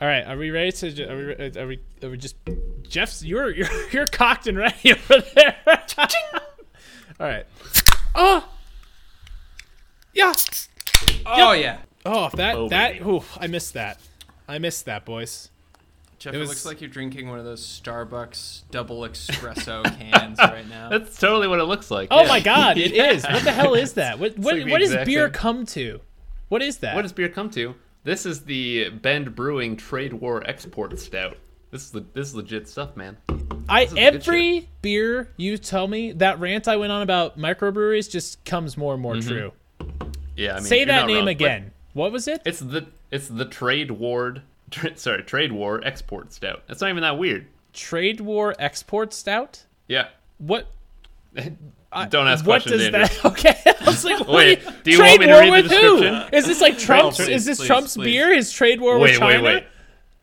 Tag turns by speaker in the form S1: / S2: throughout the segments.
S1: All right, are we ready to? ju- Are we? Are we? Are we just? Jeff's, you're you're you're cocked and ready over there. All right. Oh. Yeah.
S2: Oh yeah.
S1: Oh, that
S3: Oh,
S1: that.
S3: baby.
S1: Ooh, I missed that. I missed that, boys.
S2: Jeff,
S1: It
S2: it,
S1: was-
S2: looks like you're drinking one of those Starbucks double espresso cans right now.
S3: That's totally what it looks like.
S1: Oh
S3: yeah.
S1: my God, it is. What the hell is that? What what
S3: like the
S1: what does
S3: exact
S1: beer
S3: same-
S1: come to? What is that?
S3: What does beer come to? This is the Bend Brewing Trade War Export Stout. This is le- this is legit stuff, man.
S1: I
S3: is good
S1: every beer you tell me that rant I went on about microbreweries just comes more and more true.
S3: Yeah, I mean,
S1: Say
S3: Mm-hmm. you're
S1: that
S3: not
S1: name
S3: wrong, but
S1: again. What was it?
S3: It's the it's the Trade War. Tra- sorry, Trade War Export Stout. That's not even that weird.
S1: Trade War Export Stout.
S3: Yeah.
S1: What?
S3: Don't ask
S1: what
S3: questions,
S1: does
S3: Andrew.
S1: that? Okay, I was like, what
S3: Wait,
S1: are
S3: do you
S1: trade
S3: want me to
S1: war
S3: read the
S1: with who?
S3: description?
S1: Is this like Trump's?
S2: please,
S1: is this
S2: please,
S1: Trump's
S2: please.
S1: beer? His trade war with
S3: Wait,
S1: China?
S3: wait, wait.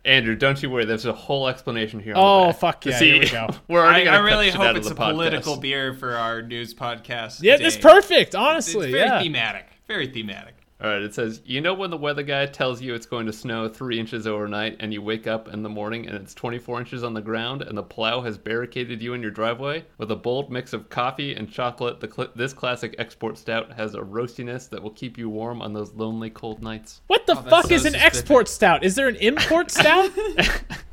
S3: Andrew, don't you worry. There's a whole explanation here. on
S1: Oh,
S3: the back.
S1: fuck yeah,
S3: See,
S1: here we go.
S3: We're
S2: I,
S3: already
S2: I
S3: gonna cut
S2: really
S3: shit out
S2: hope
S3: of
S2: it's
S3: the
S2: a political
S3: podcast.
S2: beer for our news podcast.
S1: Yeah,
S2: today.
S1: that's perfect.
S2: It's
S1: Honestly,
S2: very
S1: yeah.
S2: thematic. Very thematic.
S3: All right, it says, you know when the weather guy tells you it's going to snow three inches overnight and you wake up in the morning and it's 24 inches on the ground and the plow has barricaded you in your driveway? With a bold mix of coffee and chocolate, the cl- this classic export stout has a roastiness that will keep you warm on those lonely cold nights.
S1: What the
S2: Oh, that's
S1: fuck
S2: so
S1: is an
S2: specific.
S1: export stout? Is there an import stout?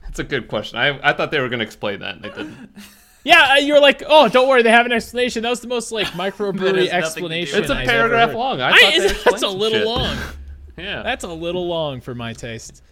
S3: That's a good question. I, I thought they were going to explain that, and they didn't.
S1: yeah, uh, you're like, oh, don't worry, they have an explanation. That was the most like
S2: nothing
S1: microbrewery
S2: to do
S1: explanation.
S2: with
S3: It's a
S1: I've ever
S3: paragraph
S1: heard.
S3: long. I,
S1: I-
S3: thought they
S1: it's-
S3: explained
S1: that's a
S3: some
S1: little
S3: shit.
S1: long.
S3: Yeah.
S1: That's a little long for my taste.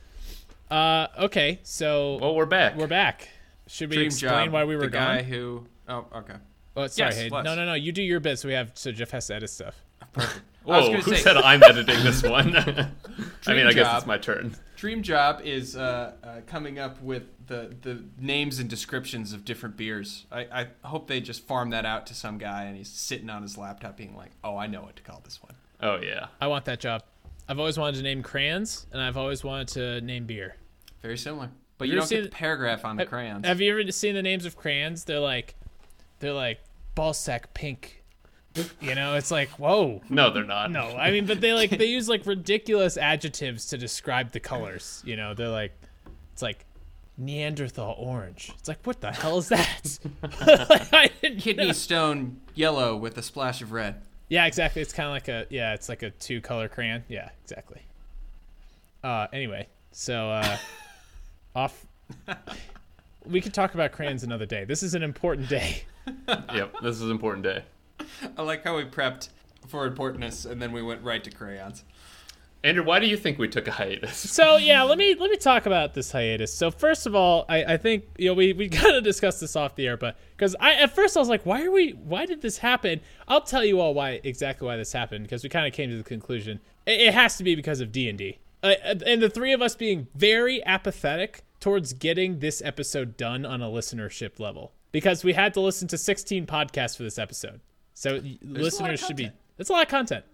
S1: Uh, okay, so
S3: well, we're back.
S1: we're back. Should we
S2: Dream
S1: explain
S2: job.
S1: why we were
S2: the guy
S1: gone?
S2: who. Oh, okay.
S1: Oh, sorry,
S2: Yes,
S1: Hayden.
S2: Les.
S1: no, no, no. You do your bit, so we have so Jeff has to edit stuff.
S2: I was
S3: Whoa,
S2: gonna
S3: who
S2: say-
S3: said I'm editing this one? I mean, I guess
S2: job.
S3: it's my turn.
S2: Dream job is uh, uh, coming up with the, the names and descriptions of different beers. I, I hope they just farm that out to some guy and he's sitting on his laptop being like, "Oh, I know what to call this one."
S3: Oh, yeah.
S1: I want that job. I've always wanted to name crayons, and I've always wanted to name beer.
S2: Very similar, but
S1: You
S2: you
S1: ever
S2: don't get
S1: seen-
S2: the paragraph on the crayons.
S1: Have you ever seen the names of crayons? They're like, they're like ballsack pink. You know, it's like whoa.
S3: No, they're not.
S1: No, I mean, but they like they use like ridiculous adjectives to describe the colors. You know, they're like, it's like Neanderthal orange. It's like what the hell is that? Like, I didn't
S2: Kidney
S1: know.
S2: stone yellow with a splash of red.
S1: Yeah, exactly. It's kind of like a yeah, it's like a two color crayon. Yeah, exactly. Uh, anyway, so uh, off. We could talk about crayons another day. This is an important day.
S3: Yep, this is an important day.
S2: I like how we prepped for importantness and then we went right to crayons.
S3: Andrew, why do you think we took a hiatus?
S1: So yeah, let me let me talk about this hiatus. So first of all, I, I think you know we we gotta discuss this off the air, but because I at first I was like, why are we? Why did this happen? I'll tell you all why exactly why this happened because we kind of came to the conclusion it, it has to be because of D and D, Uh, and the three of us being very apathetic towards getting this episode done on a listenership level because we had to listen to 16 podcasts for this episode. So y- listeners should be. It's a lot of content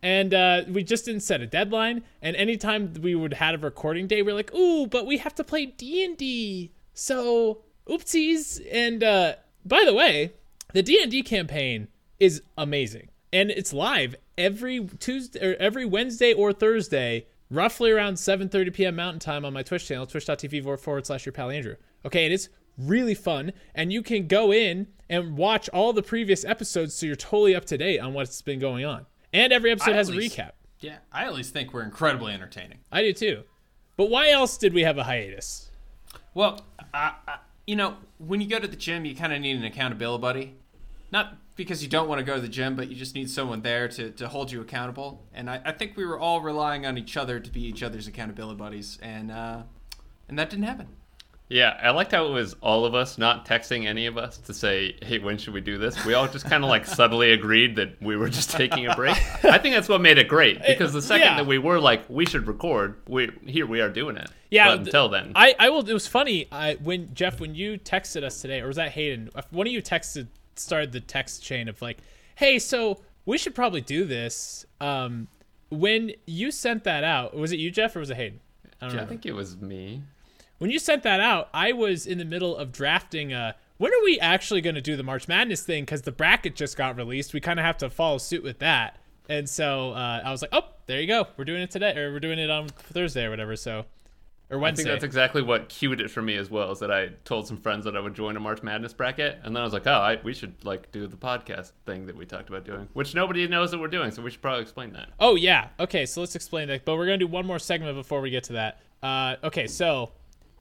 S1: and uh, we just didn't set a deadline. And anytime we would have a recording day, we are like, "Ooh, but we have to play D and D." So oopsies. And uh, by the way, the D and D campaign is amazing, and it's live every Tuesday or every Wednesday or Thursday, roughly around 7:30 p.m. Mountain Time on my Twitch channel, twitch.tv forward slash your pal Andrew. Okay, and it's really fun, and you can go in and watch all the previous episodes, so you're totally up to date on what's been going on. And every episode
S2: I
S1: has a
S2: at least-
S1: recap.
S2: Yeah, I at least think we're incredibly entertaining.
S1: I do too. But why else did we have a hiatus?
S2: Well, I, I, you know, when you go to the gym, you kind of need an accountability buddy. Not because you don't want to go to the gym, but you just need someone there to, to hold you accountable. And I, I think we were all relying on each other to be each other's accountability buddies, and uh, and that didn't happen.
S3: Yeah, I liked how it was all of us, not texting any of us to say, hey, when should we do this? We all just kind of like subtly agreed that we were just taking a break. I think that's what made it great because the second
S1: yeah.
S3: that we were like, we should record, we here we are doing it.
S1: Yeah,
S3: But
S1: th-
S3: until then.
S1: I, I will. It was funny. I when Jeff, when you texted us today, or was that Hayden? If One of you texted, started the text chain of like, "Hey, so we should probably do this." Um, when you sent that out, was it you, Jeff, or was it Hayden? I don't
S3: I
S1: remember.
S3: think it was me.
S1: When you sent that out, I was in the middle of drafting. Uh, when are we actually going to do the March Madness thing? Because the bracket just got released. We kind of have to follow suit with that. And so uh, I was like, "Oh, there you go. We're doing it today, or we're doing it on Thursday or whatever." So or
S3: I think
S1: Wednesday.
S3: that's exactly what cued it for me as well. Is that I told some friends that I would join a March Madness bracket, and then I was like, "Oh, I, we should like do the podcast thing that we talked about doing," which nobody knows that we're doing, so we should probably explain that.
S1: Oh yeah. Okay, so let's explain that. But we're gonna do one more segment before we get to that. Uh, okay, so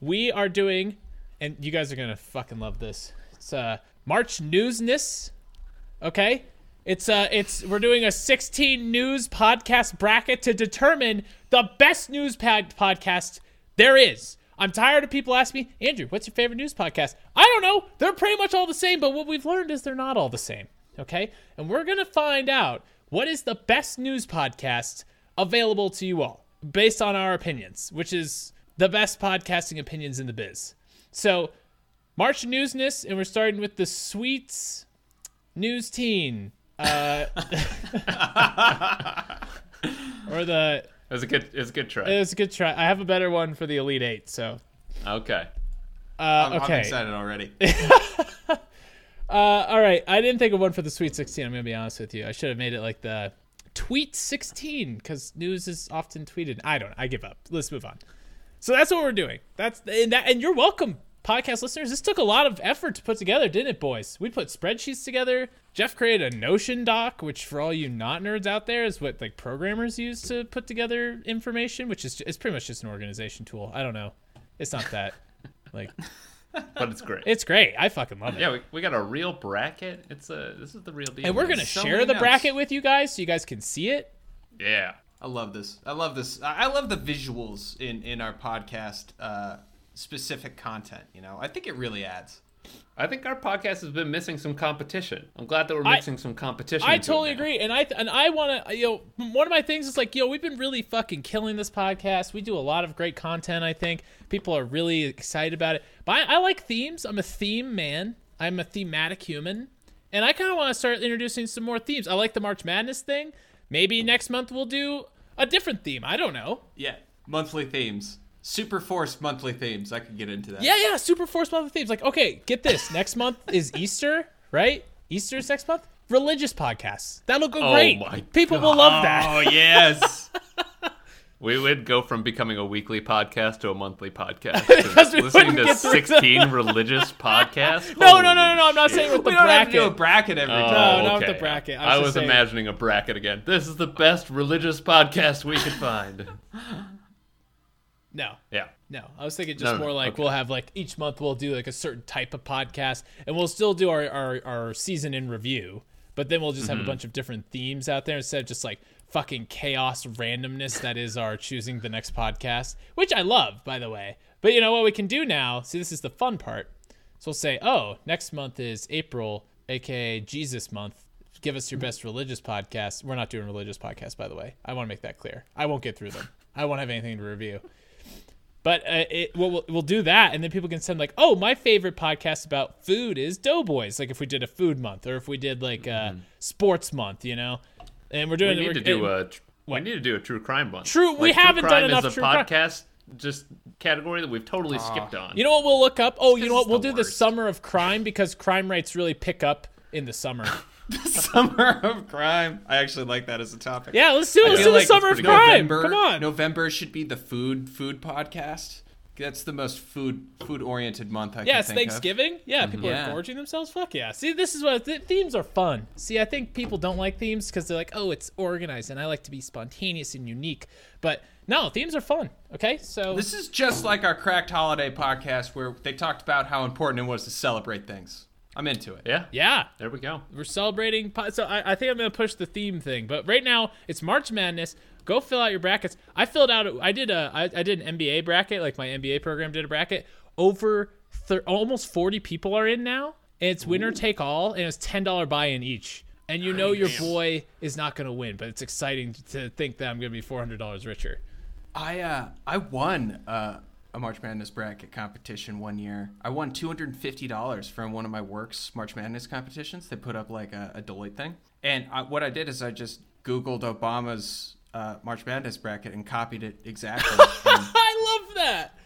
S1: we are doing, and you guys are gonna fucking love this. It's uh, March newsness. Okay, it's uh, it's we're doing a 16 news podcast bracket to determine the best news pod- podcast there is. I'm tired of people asking me, Andrew, what's your favorite news podcast? I don't know. They're pretty much all the same, but what we've learned is they're not all the same. Okay? And we're going to find out what is the best news podcast available to you all based on our opinions, which is the best podcasting opinions in the biz. So, March newsness, and we're starting with the sweets news teen. Uh, or the.
S3: It was a good, it was a good try.
S1: It was a good try. I have a better one for the Elite Eight, so.
S3: okay,
S1: Uh,
S2: I'm,
S1: okay.
S2: I'm excited already.
S1: Uh, all right, I didn't think of one for the Sweet 16. I'm gonna be honest with you. I should have made it like the Tweet 16 because news is often tweeted. I don't. I give up. Let's move on. So that's what we're doing. That's and that and you're welcome, podcast listeners. This took a lot of effort to put together, didn't it, boys? We put spreadsheets together. Jeff created a Notion doc, which for all you not nerds out there is what like programmers use to put together information, which is it's pretty much just an organization tool. I don't know. It's not that. like
S3: but it's great.
S1: it's great. I fucking love it.
S3: yeah, we, we got a real bracket. It's a this is the real deal.
S1: And we're
S3: man.
S1: gonna
S2: so
S1: share
S2: many
S1: the
S2: notes.
S1: bracket with you guys so you guys can see it.
S3: yeah.
S2: I love this. I love this. I I love the visuals in in our podcast uh, specific content. You know, I think it really adds.
S3: I think our podcast has been missing some competition. I'm glad that we're
S1: I-
S3: mixing some competition.
S1: I
S3: into it
S1: totally
S3: now.
S1: agree, and I and I want to. You know, one of my things is like, yo, we've been really fucking killing this podcast. We do a lot of great content. I think people are really excited about it. But I, I like themes. I'm a theme man. I'm a thematic human, and I kind of want to start introducing some more themes. I like the March Madness thing. Maybe next month we'll do a different theme. I don't know.
S2: Yeah, monthly themes, super forced monthly themes. I could get into that.
S1: Yeah, yeah, super force month of themes. Like, okay, get this. Next month is Easter, right? Easter is next month. Religious podcasts. That'll go
S3: Oh
S1: great.
S3: my
S1: People will love that.
S2: Oh yes.
S3: We would go from becoming a weekly podcast to a monthly podcast.
S1: Because we
S3: listening
S1: wouldn't
S3: to
S1: get through them.
S3: 16 religious podcasts.
S1: No, no, no, no,
S3: Holy
S1: no. I'm not
S3: shit.
S1: saying with the
S2: we don't have to do a
S1: bracket.
S2: bracket every
S3: Oh,
S2: time.
S1: No, not with
S3: okay.
S1: the bracket. I was
S3: I
S1: just
S3: was
S1: saying-
S3: imagining a bracket again. This is the best religious podcast we could find.
S1: No,
S3: Yeah.
S1: no. I was thinking just
S3: No, no,
S1: more like
S3: okay.
S1: we'll have like each month we'll do like a certain type of podcast, and we'll still do our our, our season in review, but then we'll just
S2: Mm-hmm.
S1: have a bunch of different themes out there instead of just like fucking chaos randomness that is our choosing the next podcast, which I love by the way. But you know what we can do now? See, this is the fun part. So we'll say, oh, next month is April, aka Jesus month. Give us your best religious podcast. We're not doing religious podcasts, by the way. I want to make that clear. I won't get through them. I won't have anything to review. But uh, it, we'll, we'll- we'll do that, and then people can send like, "Oh, my favorite podcast about food is Doughboys." Like if we did a food month, or if we did like uh, sports month, you know. And we're
S3: Mm-hmm. We
S1: doing.
S3: need to
S1: we're-
S3: do
S1: and-
S3: a tr- we need to do a true crime one.
S1: True- we haven't
S3: true
S1: done
S3: crime
S1: enough
S3: is a
S1: true crime.
S3: podcast just category that we've totally skipped on.
S1: You know what we'll look up? Oh, you
S2: 'cause
S1: know what
S2: it's
S1: we'll
S2: the
S1: do the
S2: worst.
S1: summer of crime because crime rates really pick up in the summer.
S2: Summer of crime. I actually like that as a topic.
S1: Yeah, let's do it. Let's
S2: feel
S1: do the
S2: like
S1: summer of
S3: it's
S1: crime.
S3: pretty
S2: November,
S1: Come on.
S2: November should be the food food podcast. That's the most food food oriented month I
S1: yeah,
S2: can
S1: it's
S2: think of.
S1: Thanksgiving. Yeah, people
S2: Yeah.
S1: are gorging themselves. Fuck yeah. See, this is what th- themes are fun. See, I think people don't like themes because they're like, oh, it's organized, and I like to be spontaneous and unique. But no, themes are fun. Okay, so
S2: This is just like our cracked holiday podcast where they talked about how important it was to celebrate things. I'm into it.
S3: Yeah.
S1: yeah,
S3: There we go.
S1: we're celebrating. po- So I, I think I'm gonna push the theme thing, but right now it's March Madness. Go fill out your brackets. I filled out. I did a. I, I did an MBA bracket. Like my MBA program did a bracket. Over thir- almost 40 people are in now. And it's winner take all, and it's ten dollar buy in each. And you know your boy is not gonna win, but it's exciting to think that I'm gonna be 400 dollars richer.
S2: I uh I won uh a March Madness bracket competition one year. I won two hundred and fifty dollars from one of my works March Madness competitions. They put up like a, a Deloitte thing, and I, what I did is I just Googled Obama's uh, March Madness bracket and copied it exactly. And
S1: I love that.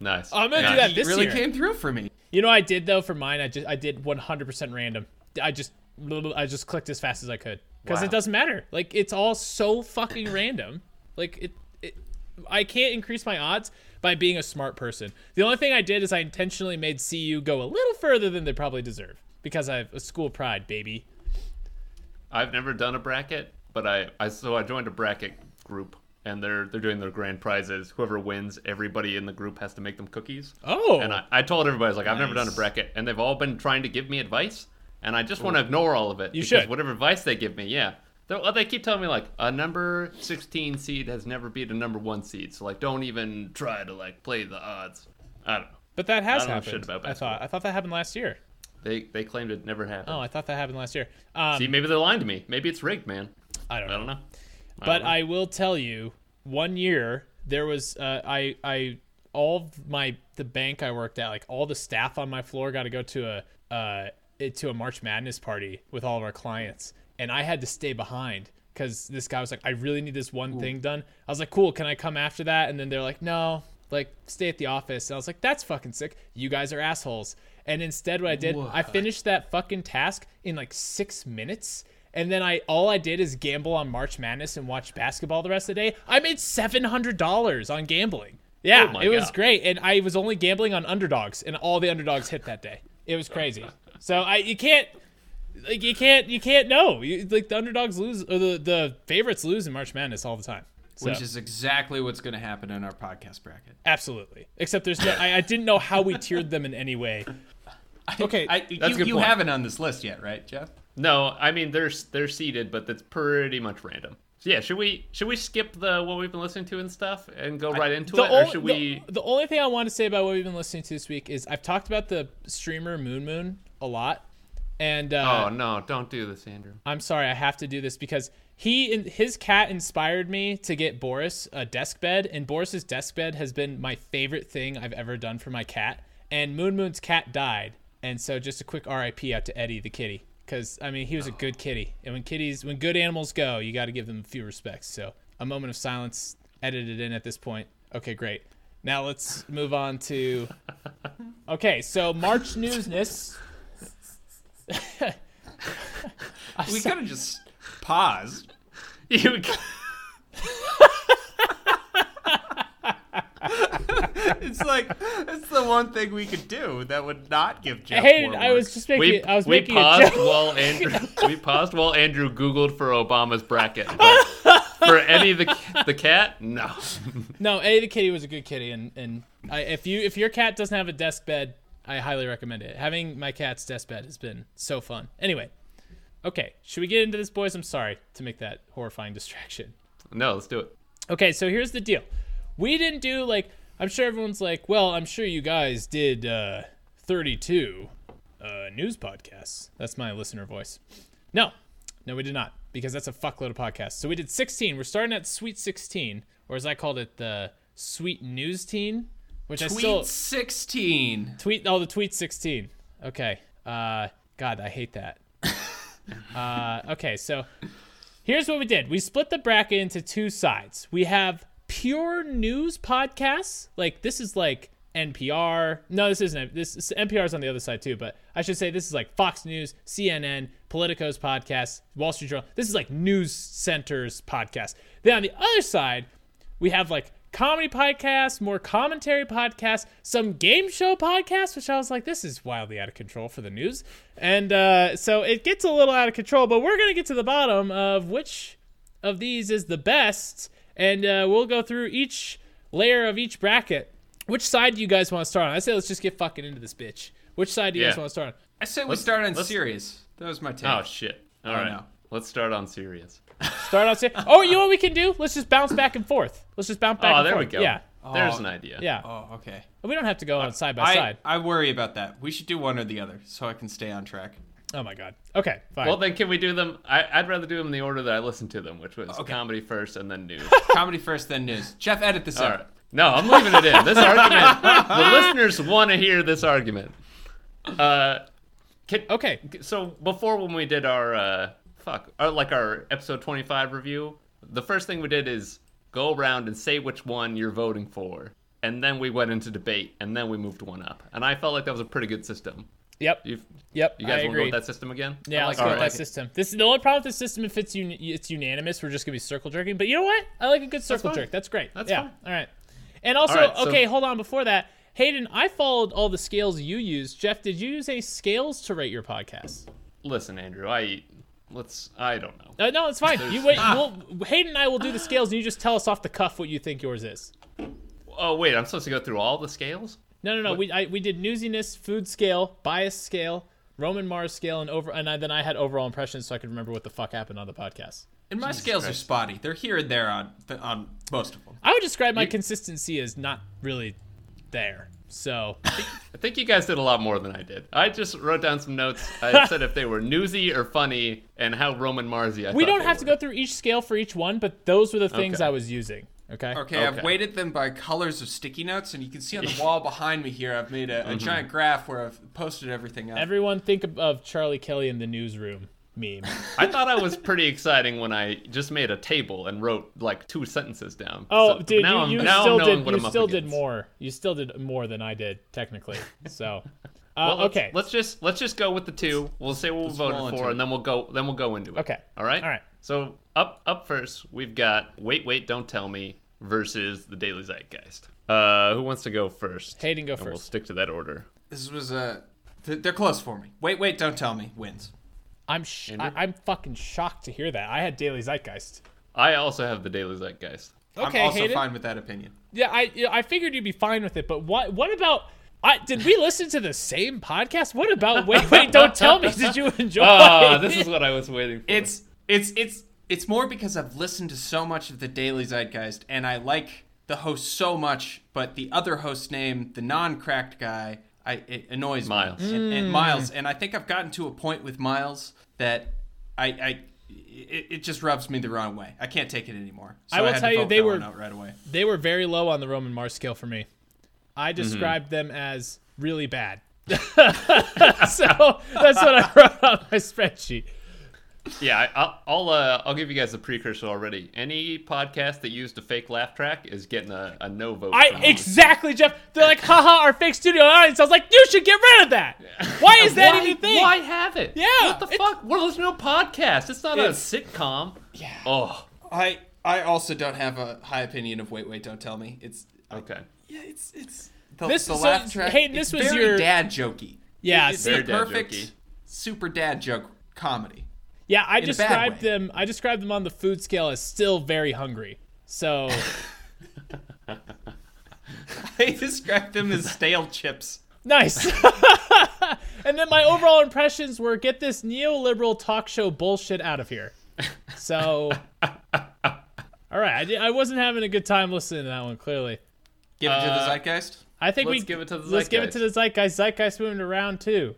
S3: Nice.
S1: I'm gonna do
S3: Nice.
S1: that
S2: it
S1: this
S2: really
S1: year.
S2: came through for me.
S1: You know, what I did though for mine. I just I did 100% random. I just I just clicked as fast as I could because
S2: Wow.
S1: it doesn't matter. Like it's all so fucking random. Like it, it I can't increase my odds by being a smart person. The only thing I did is I intentionally made CU go a little further than they probably deserve because I have a school pride, baby.
S3: I've never done a bracket, but I, I so I joined a bracket group and they're they're doing their grand prizes. Whoever wins, everybody in the group has to make them cookies.
S1: Oh,
S3: And I, I told everybody I was like, I've never
S2: Nice.
S3: done a bracket, and they've all been trying to give me advice, and I just want to ignore all of it.
S1: You
S3: because
S1: should.
S3: Whatever advice they give me, yeah. They're, well, they keep telling me like a number sixteen seed has never beat a number one seed, so like don't even try to like play the odds. I don't know.
S1: but that has
S3: I don't know
S1: happened.
S3: shit about
S1: I thought I thought that happened last year.
S3: They they claimed it never happened.
S1: Oh, I thought that happened last year. Um,
S3: See, maybe they're lying to me. Maybe it's rigged, man.
S1: I don't
S3: I
S1: know.
S3: don't know.
S1: But
S3: I don't know.
S1: I will tell you, one year there was uh, I I all of my the bank I worked at, like all the staff on my floor, got to go to a uh, it- to a March Madness party with all of our clients, and I had to stay behind because this guy was like, I really need this one thing done. I was like, cool, can I come after that? And then they're like, no, like stay at the office. And I was like, that's fucking sick. You guys are assholes. And instead, what I did, I finished that fucking task in like six minutes. And then I all I did is gamble on March Madness and watch basketball the rest of the day. I made seven hundred dollars on gambling. Yeah,
S3: Oh my
S1: it was
S3: God.
S1: great, and I was only gambling on underdogs, and all the underdogs hit that day. It was crazy. So I you can't like you can't you can't know you, like the underdogs lose or the the favorites lose in March Madness all the time. So,
S2: Which is exactly what's going to happen in our podcast bracket.
S1: absolutely. Except there's no, I, I didn't know how we tiered them in any way. Okay,
S2: I, you
S3: a good
S2: you
S3: point.
S2: haven't on this list yet, right, Jeff?
S3: No, I mean they're they're seeded, but that's pretty much random. So yeah, should we should we skip the what we've been listening to and stuff and go right into
S1: the,
S3: it,
S1: only,
S3: or should we?
S1: the, the only thing I want to say about what we've been listening to this week is I've talked about the streamer Moon Moon a lot, and uh,
S3: oh no, don't do this, Andrew.
S1: I'm sorry, I have to do this because he and his cat inspired me to get Boris a desk bed, and Boris's desk bed has been my favorite thing I've ever done for my cat. And Moon Moon's cat died, and so just a quick RIP out to Eddie the kitty, because I mean he was a good kitty, and when kitties, when good animals go, you got to give them a few respects. So a moment of silence edited in at this point. Okay, great. Now let's move on to. Okay, so March newsness.
S2: We could have just paused.
S3: You-
S2: It's like it's the one thing we could do that would not give Jeff.
S1: Hey,
S2: more
S1: I
S2: work.
S1: was just making.
S3: we
S1: I was
S3: we
S1: making a
S3: paused
S1: joke.
S3: while Andrew we paused while Andrew Googled for Obama's bracket. but for any of the the cat, no.
S1: No, Eddie the kitty was a good kitty, and and I, if you if your cat doesn't have a desk bed, I highly recommend it. Having my cat's desk bed has been so fun. Anyway, okay, should we get into this, boys? I'm sorry to make that horrifying distraction.
S3: No, let's do it.
S1: Okay, so here's the deal. We didn't do like I'm sure everyone's like, well, I'm sure you guys did uh 32 uh news podcasts. That's my listener voice. No. No, we did not because that's a fuckload of podcasts. So we did 16. We're starting at sweet 16 or as I called it the sweet news teen, which I
S2: tweet
S1: still
S2: sixteen.
S1: tweet oh the tweet 16 okay uh god i hate that uh okay so here's what we did we split the bracket into two sides we have pure news podcasts like this is like npr no this isn't this this- npr's on the other side too but i should say this is like fox news cnn politico's podcast wall street journal this is like news centers podcast then on the other side we have like comedy podcasts, more commentary podcasts, some game show podcasts, which I was like, this is wildly out of control for the news. And uh, so it gets a little out of control, but we're going to get to the bottom of which of these is the best. And uh, we'll go through each layer of each bracket. Which side do you guys want to start on? I say, let's just get fucking into this bitch. Which side do you guys
S3: Yeah.
S1: want to start on?
S2: I said we
S3: Let's-
S2: start on
S3: let's-
S2: serious. That was my take.
S3: Oh shit! All right,
S2: no.
S3: let's start on serious.
S1: Start on. Sa- oh, you know what we can do? Let's just bounce back and forth. Let's just bounce back
S3: oh,
S1: and
S3: there
S1: forth.
S3: we go.
S1: Yeah.
S3: There's
S2: Oh.
S3: an idea.
S1: Yeah.
S2: Oh, okay.
S1: We don't have to go on side by
S2: I,
S1: side.
S2: I worry about that. We should do one or the other so I can stay on track.
S1: Oh, my God. Okay. Fine.
S3: Well, then can we do them? I, I'd rather do them in the order that I listened to them, which was
S2: Okay.
S3: comedy first and then news.
S2: Comedy first, then news. Jeff, edit this
S3: All
S2: out.
S3: right. No, I'm leaving it in. This argument, the listeners want to hear this argument. Uh, can,
S1: okay.
S3: so before when we did our uh, fuck, our, like our episode 25 review, the first thing we did is go around and say which one you're voting for, and then we went into debate, and then we moved one up, and I felt like that was a pretty good system.
S1: Yep.
S3: You've,
S1: Yep.
S3: you
S1: I
S3: guys want to go
S1: agree.
S3: with that system again?
S1: Yeah,
S3: I
S1: let's
S3: it.
S1: go with
S3: All
S1: that
S3: right.
S1: system. This is the only problem with this system. If it's un- it's unanimous, we're just gonna be circle jerking. But you know what? I like a good circle
S3: fine.
S1: jerk. That's great.
S3: That's
S1: yeah.
S3: fine.
S1: All right. And also,
S3: All right, so-
S1: okay, hold on. Before that, Hayden, I followed all the scales you used. Jeff, did you use any scales to rate your podcast?
S3: Listen, Andrew, I eat. Let's. I don't know.
S1: Uh, no, it's fine. You wait.
S3: Ah.
S1: We'll, Hayden and I will do the scales, and you just tell us off the cuff what you think yours is.
S3: Oh wait, I'm supposed to go through all the scales?
S1: No, no, no. We I, we did newsiness, food scale, bias scale, Roman Mars scale, and over. And I, then I had overall impressions, so I could remember what the fuck happened on the podcast.
S2: And my scales are spotty. They're here and there on on most of them.
S1: I would describe my consistency as not really there. So
S3: I think you guys did a lot more than I did. I just wrote down some notes. I said if they were newsy or funny, and how Roman Marzi. I
S1: we don't have to go through each scale for each one, but those were the things
S3: Okay.
S1: I was using. Okay.
S2: Okay, I've
S3: Okay.
S2: weighted them by colors of sticky notes, and you can see on the wall behind me here, I've made a,
S3: Mm-hmm.
S2: a giant graph where I've posted everything up.
S1: Everyone think of, of Charlie Kelly in the newsroom meme.
S3: I thought I was pretty exciting when I just made a table and wrote like two sentences down.
S1: Oh,
S3: So
S1: dude,
S3: now I'm-
S1: you, you
S3: now I'm
S1: still
S3: knowing
S1: did.
S3: what
S1: You
S3: I'm up
S1: still did
S3: against.
S1: more. You still did more than I did technically. So, uh,
S3: Well, let's-
S1: okay.
S3: Let's just let's just go with the two. We'll say what we
S2: roll
S3: voted
S2: into
S3: for,
S2: it.
S3: and then we'll go then we'll go into it.
S1: Okay.
S3: All right.
S1: All right.
S3: So up up first, we've got wait wait don't tell me versus the Daily Zeitgeist. Uh, who wants to go first?
S1: Hayden, go
S3: And We'll
S1: first.
S3: stick to that order.
S2: This was a. th- they're close for me. Wait, wait, don't tell me. Wins.
S1: I'm sh- I-
S3: Andrew?
S1: I'm fucking shocked to hear that. I had Daily Zeitgeist.
S3: I also have the Daily Zeitgeist.
S1: Okay,
S2: I'm also
S1: Hayden.
S2: fine with that opinion.
S1: Yeah, I yeah, I figured you'd be fine with it, but what what about I did we listen to the same podcast? What about wait wait don't tell me did you enjoy?
S3: Ah, this is what I was waiting for.
S2: It's it's it's it's more because I've listened to so much of the Daily Zeitgeist, and I like the host so much, but the other host name, the non-cracked guy, I it annoys me.
S3: Miles.
S2: and,
S1: Mm.
S2: and Miles, and I think I've gotten to a point with Miles that I. I it, it just rubs me the wrong way. I can't take it anymore. So
S1: I will
S2: had to
S1: tell you,
S2: vote
S1: they
S2: that
S1: were-
S2: one out right away.
S1: They were very low on the Roman Mars scale for me. I
S3: Mm-hmm.
S1: described them as really bad. so that's what I wrote on my spreadsheet.
S3: yeah. I, I'll I'll, uh, I'll give you guys a precursor already. Any podcast that used a fake laugh track is getting a, a no vote.
S1: I
S3: from me.
S1: exactly, Jeff. They're like, haha, our fake studio audience. I was like, you should get rid of that. Why is that
S3: why,
S1: even a thing?
S3: Why have it?
S1: Yeah,
S3: What the
S1: it's-
S3: fuck? Well, there's no podcast. It's not
S2: It's-
S3: a sitcom. Yeah. Oh.
S2: I I also don't have a high opinion of Wait Wait Don't Tell Me. It's
S3: Okay.
S2: yeah, it's it's the,
S1: This-
S2: the
S1: so,
S2: laugh track.
S1: Hayden, this
S2: it's
S1: was
S2: very
S1: your-
S2: dad jokey.
S1: Yeah,
S2: it's
S1: so-
S2: the
S3: Very dad
S2: perfect
S3: jokey.
S2: super dad joke comedy.
S1: Yeah, I
S2: bad
S1: described
S2: way.
S1: them. I described them on the food scale as still very hungry. So
S2: They describe them as stale chips.
S1: nice. and then my overall impressions were: get this neoliberal talk show bullshit out of here. So, all right, I, di- I wasn't having a good time listening to that one. Clearly,
S2: Give it to the
S3: Uh,
S2: zeitgeist.
S1: I think
S3: Let's
S1: we
S3: give it to the
S1: let's give it to the zeitgeist.
S3: Zeitgeist.
S1: Zeitgeist moving to round two.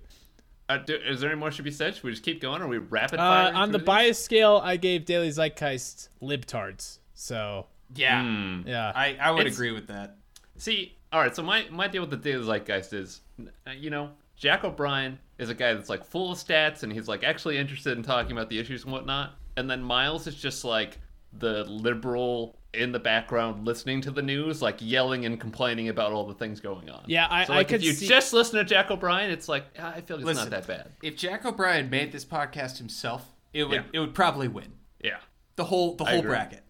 S3: Uh, do, is there any more should be said? Should we just keep going? Or are we rapid
S1: Uh,
S3: fire?
S1: on the bias scale, I gave Daily Zeitgeist libtards. So
S2: Yeah,
S3: Hmm.
S1: yeah,
S2: I I would
S3: It's-
S2: agree with that.
S3: See, all right. So my my deal with the Daily Zeitgeist is, uh, you know, Jack O'Brien is a guy that's like full of stats and he's like actually interested in talking about the issues and whatnot. And then Miles is just like the liberal in the background listening to the news, like yelling and complaining about all the things going on.
S1: Yeah, I-
S3: so
S1: I
S3: like
S1: could
S3: if you
S1: see-
S3: just listen to Jack O'Brien, it's like ah, I feel like it's
S2: Listen.
S3: not that bad.
S2: If Jack O'Brien made this podcast himself, it would
S3: Yeah.
S2: it would probably win
S3: Yeah,
S2: the whole the whole
S3: agree.
S2: bracket.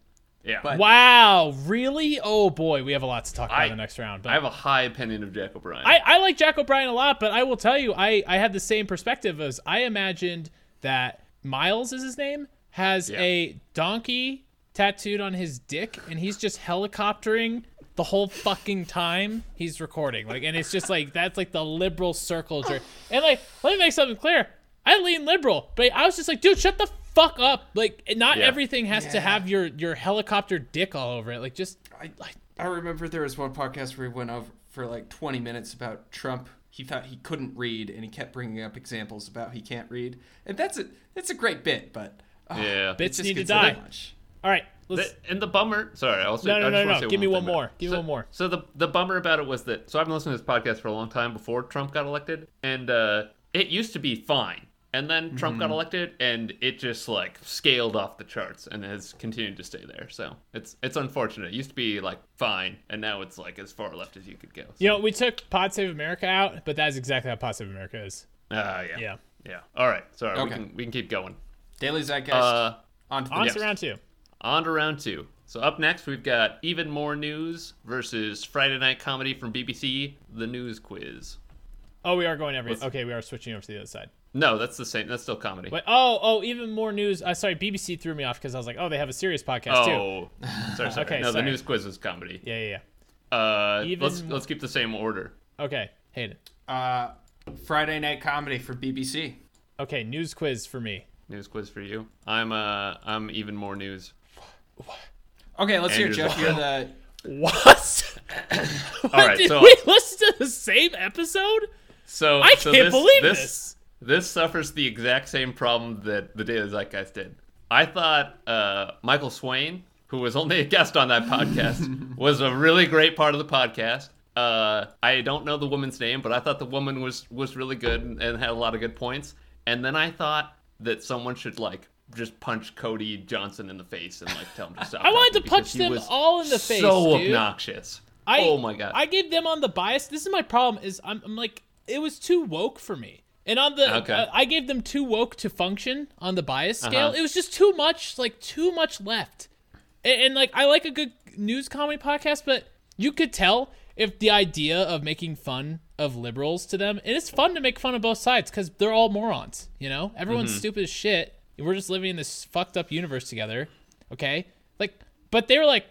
S3: yeah.
S2: But-
S1: wow, really? Oh boy, we have a lot to talk about
S3: I-
S1: in the next round. But
S3: I have a high opinion of Jack O'Brien.
S1: I, I like Jack O'Brien a lot, but I will tell you, I, I had the same perspective as I imagined that Miles is his name has
S3: Yeah.
S1: a donkey tattooed on his dick, and he's just helicoptering the whole fucking time he's recording. Like, and it's just like that's like the liberal circle jerk. And like, let me make something clear: I lean liberal, but I was just like, dude, shut the fuck up. Like, not
S3: Yeah.
S1: everything has to
S2: Yeah.
S1: have your your helicopter dick all over it. Like, just
S2: I, I remember there was one podcast where he went over for like 20 minutes about Trump. He thought he couldn't read, and he kept bringing up examples about he can't read, and that's a that's a great bit, but oh,
S3: yeah.
S2: it
S1: Bits
S2: just
S1: need to
S2: gets a bit
S1: die.
S2: much.
S1: all right. Let's,
S3: The- and the bummer. Sorry, I'll say,
S1: No, no, no,
S3: I just wanna
S1: no,
S3: say
S1: give me
S3: thing
S1: one
S3: about-
S1: more, give me
S3: so,
S1: one more.
S3: So the the bummer about it was that. So I've been listening to this podcast for a long time before Trump got elected, and uh, it used to be fine, and then Trump
S1: Mm-hmm.
S3: got elected, and it just like scaled off the charts and has continued to stay there. So it's it's unfortunate. It used to be like fine, and now it's like as far left as you could go.
S1: You know, we took Pod Save America out, but that's exactly how Pod Save America is.
S3: Uh, yeah.
S1: Yeah.
S3: Yeah. All right. Sorry. We
S2: Okay.
S3: can we can keep going.
S2: Daily Zeitgeist.
S3: Uh,
S2: on to the
S1: On
S2: next.
S1: to round two.
S3: on to round two. So up next we've got even more news versus Friday night comedy from BBC, the news quiz.
S1: Oh, we are going every.
S3: Let's-
S1: Okay, we are switching over to the other side.
S3: No, that's the same. That's still comedy.
S1: Wait, oh, oh, even more news. Uh, sorry, BBC threw me off because I was like, oh, they have a serious podcast too.
S3: Oh, sorry, sorry.
S1: Okay,
S3: no,
S1: sorry.
S3: the news quiz is comedy.
S1: Yeah, yeah,
S3: Uh,
S1: Even
S3: let's
S1: more-
S3: let's keep the same order.
S1: yeah. Okay, hate it.
S2: Uh, Friday night comedy for BBC.
S1: Okay, news quiz for me.
S3: News quiz for you. I'm uh I'm even more news.
S2: Okay, let's
S3: Andrew's
S2: hear it, Jeff. You're the
S1: What? All
S3: right,
S1: Did
S3: so-
S1: we listen to the same episode?
S3: So
S1: I
S3: so
S1: can't
S3: this,
S1: believe
S3: this,
S1: this.
S3: This suffers the exact same problem that the Daily Zeitgeist did. I thought uh, Michael Swain, who was only a guest on that podcast, was a really great part of the podcast. Uh, I don't know the woman's name, but I thought the woman was was really good and, and had a lot of good points. And then I thought that someone should like just punch Cody Johnson in the face and like tell him to stop.
S1: I wanted
S3: talking
S1: to punch
S3: because he
S1: them
S3: was
S1: all in the face,
S3: So
S1: dude.
S3: obnoxious.
S1: I,
S3: oh my god.
S1: I gave them on the bias. This is my problem. Is I'm, I'm like it was too woke for me. And on the,
S3: Okay.
S1: uh, I gave them too woke to function on the bias scale.
S3: Uh-huh.
S1: It was just too much, like too much left. And, and like I like a good news comedy podcast, but you could tell if the idea of making fun of liberals to them, and it's fun to make fun of both sides because they're all morons. You know,
S3: Mm-hmm.
S1: everyone's stupid as shit. We're just living in this fucked up universe together. Okay, like, but they were like,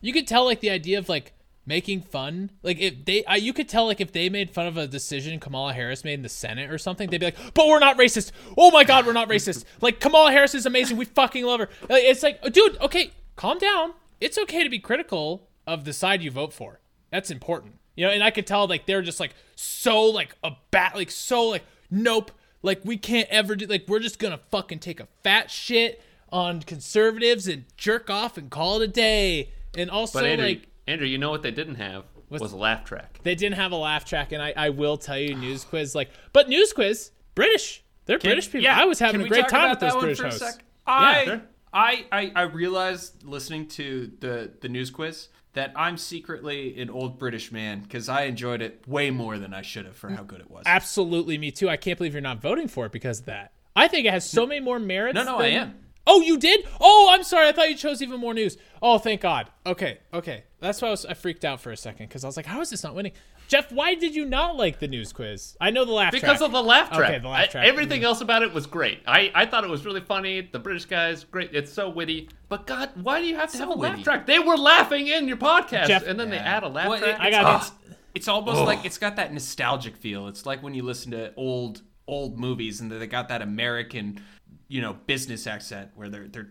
S1: you could tell like the idea of like making fun like if they I, you could tell like if they made fun of a decision kamala harris made in the senate or something they'd be like but we're not racist oh my god we're not racist like kamala harris is amazing we fucking love her Like, it's like dude okay calm down it's okay to be critical of the side you vote for that's important you know and i could tell like they're just like so like a bat like so like nope like we can't ever do like we're just gonna fucking take a fat shit on conservatives and jerk off and call it a day and also
S3: but Andrew,
S1: like
S3: Andrew, you know what they didn't have was a laugh track.
S1: they didn't have a laugh track and i, I will tell you news quiz like but news quiz british they're british people i was having
S2: Can
S1: a
S2: we
S1: great
S2: talk
S1: time
S2: about
S1: with
S2: that
S1: those
S2: one
S1: british
S2: for a
S1: hosts
S2: sec? I,
S3: sure.
S2: I, I, I realized listening to the the news quiz that I'm secretly an old British man because I enjoyed it way more than I should have for how good it was.
S1: absolutely me too i can't believe you're not voting for it because of that i think it has so many more merits
S2: No, no,
S1: than-
S2: I am.
S1: Oh, you did? Oh, I'm sorry. I thought you chose even more news. Oh, thank God. Okay, okay. That's why I was I freaked out for a second because I was like, how is this not winning? Jeff, why did you not like the news quiz? I know the laugh
S3: Because
S1: track.
S3: of the laugh track.
S1: Okay, the laugh
S3: I-
S1: track.
S3: everything else about it was great. I, I thought it was really funny. The British guys, great. It's so witty. But God, why do you have to have a laugh
S2: witty.
S3: track? They were laughing in your podcast,
S1: Jeff-
S3: and then they
S2: Yeah.
S3: add a laugh
S2: Well,
S3: track.
S2: it-
S1: I got
S2: it's, it's almost like it's got that nostalgic feel. It's like when you listen to old old movies and they got that American, you know, business accent where they're they're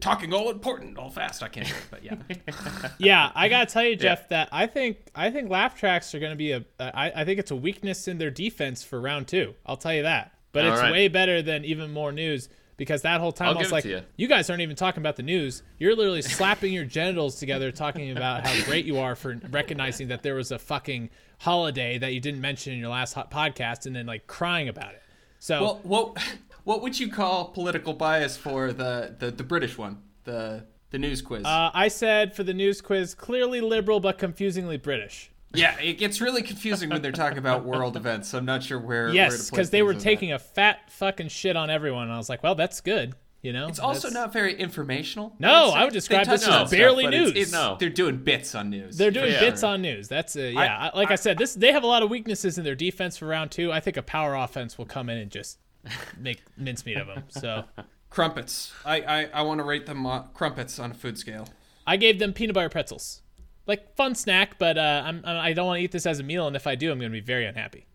S2: talking all important, all fast. I can't do it, but yeah.
S1: yeah, I gotta tell you, Jeff, that I think I think laugh tracks are gonna be a. I, I think it's a weakness in their defense for round two. I'll tell you that. But
S3: All
S1: it's
S3: right.
S1: way better than even more news because that whole time
S3: I'll
S1: I was
S3: give it
S1: like,
S3: to
S1: you.
S3: you.
S1: guys aren't even talking about the news. You're literally slapping your genitals together, talking about how great you are for recognizing that there was a fucking holiday that you didn't mention in your last hot podcast, and then like crying about it. So
S2: Well, what what would you call political bias for the the, the British one, the the news quiz?
S1: uh, I said for the news quiz, clearly liberal but confusingly British.
S2: yeah, it gets really confusing when they're talking about world events. I'm not sure where.
S1: Yes, because
S2: because
S1: they were taking a fat fucking shit on everyone. And I was like, well, that's good. You know,
S2: It's also
S1: That's-
S2: not very informational.
S1: No,
S2: say.
S1: I would describe
S2: They
S1: this
S2: touch
S3: as
S2: on stuff,
S1: barely
S2: but it's-
S1: news.
S2: it's-
S3: No.
S2: they're doing bits on news.
S1: They're doing
S3: Yeah.
S1: bits on news. That's uh, yeah. I, like I, said, this they have a lot of weaknesses in their defense for round two. I think a power offense will come in and just make mincemeat of them. So
S2: crumpets. I I, I want to rate them on, crumpets on a food scale.
S1: I gave them peanut butter pretzels, like fun snack, but uh, I'm I don't want to eat this as a meal, and if I do, I'm going to be very unhappy.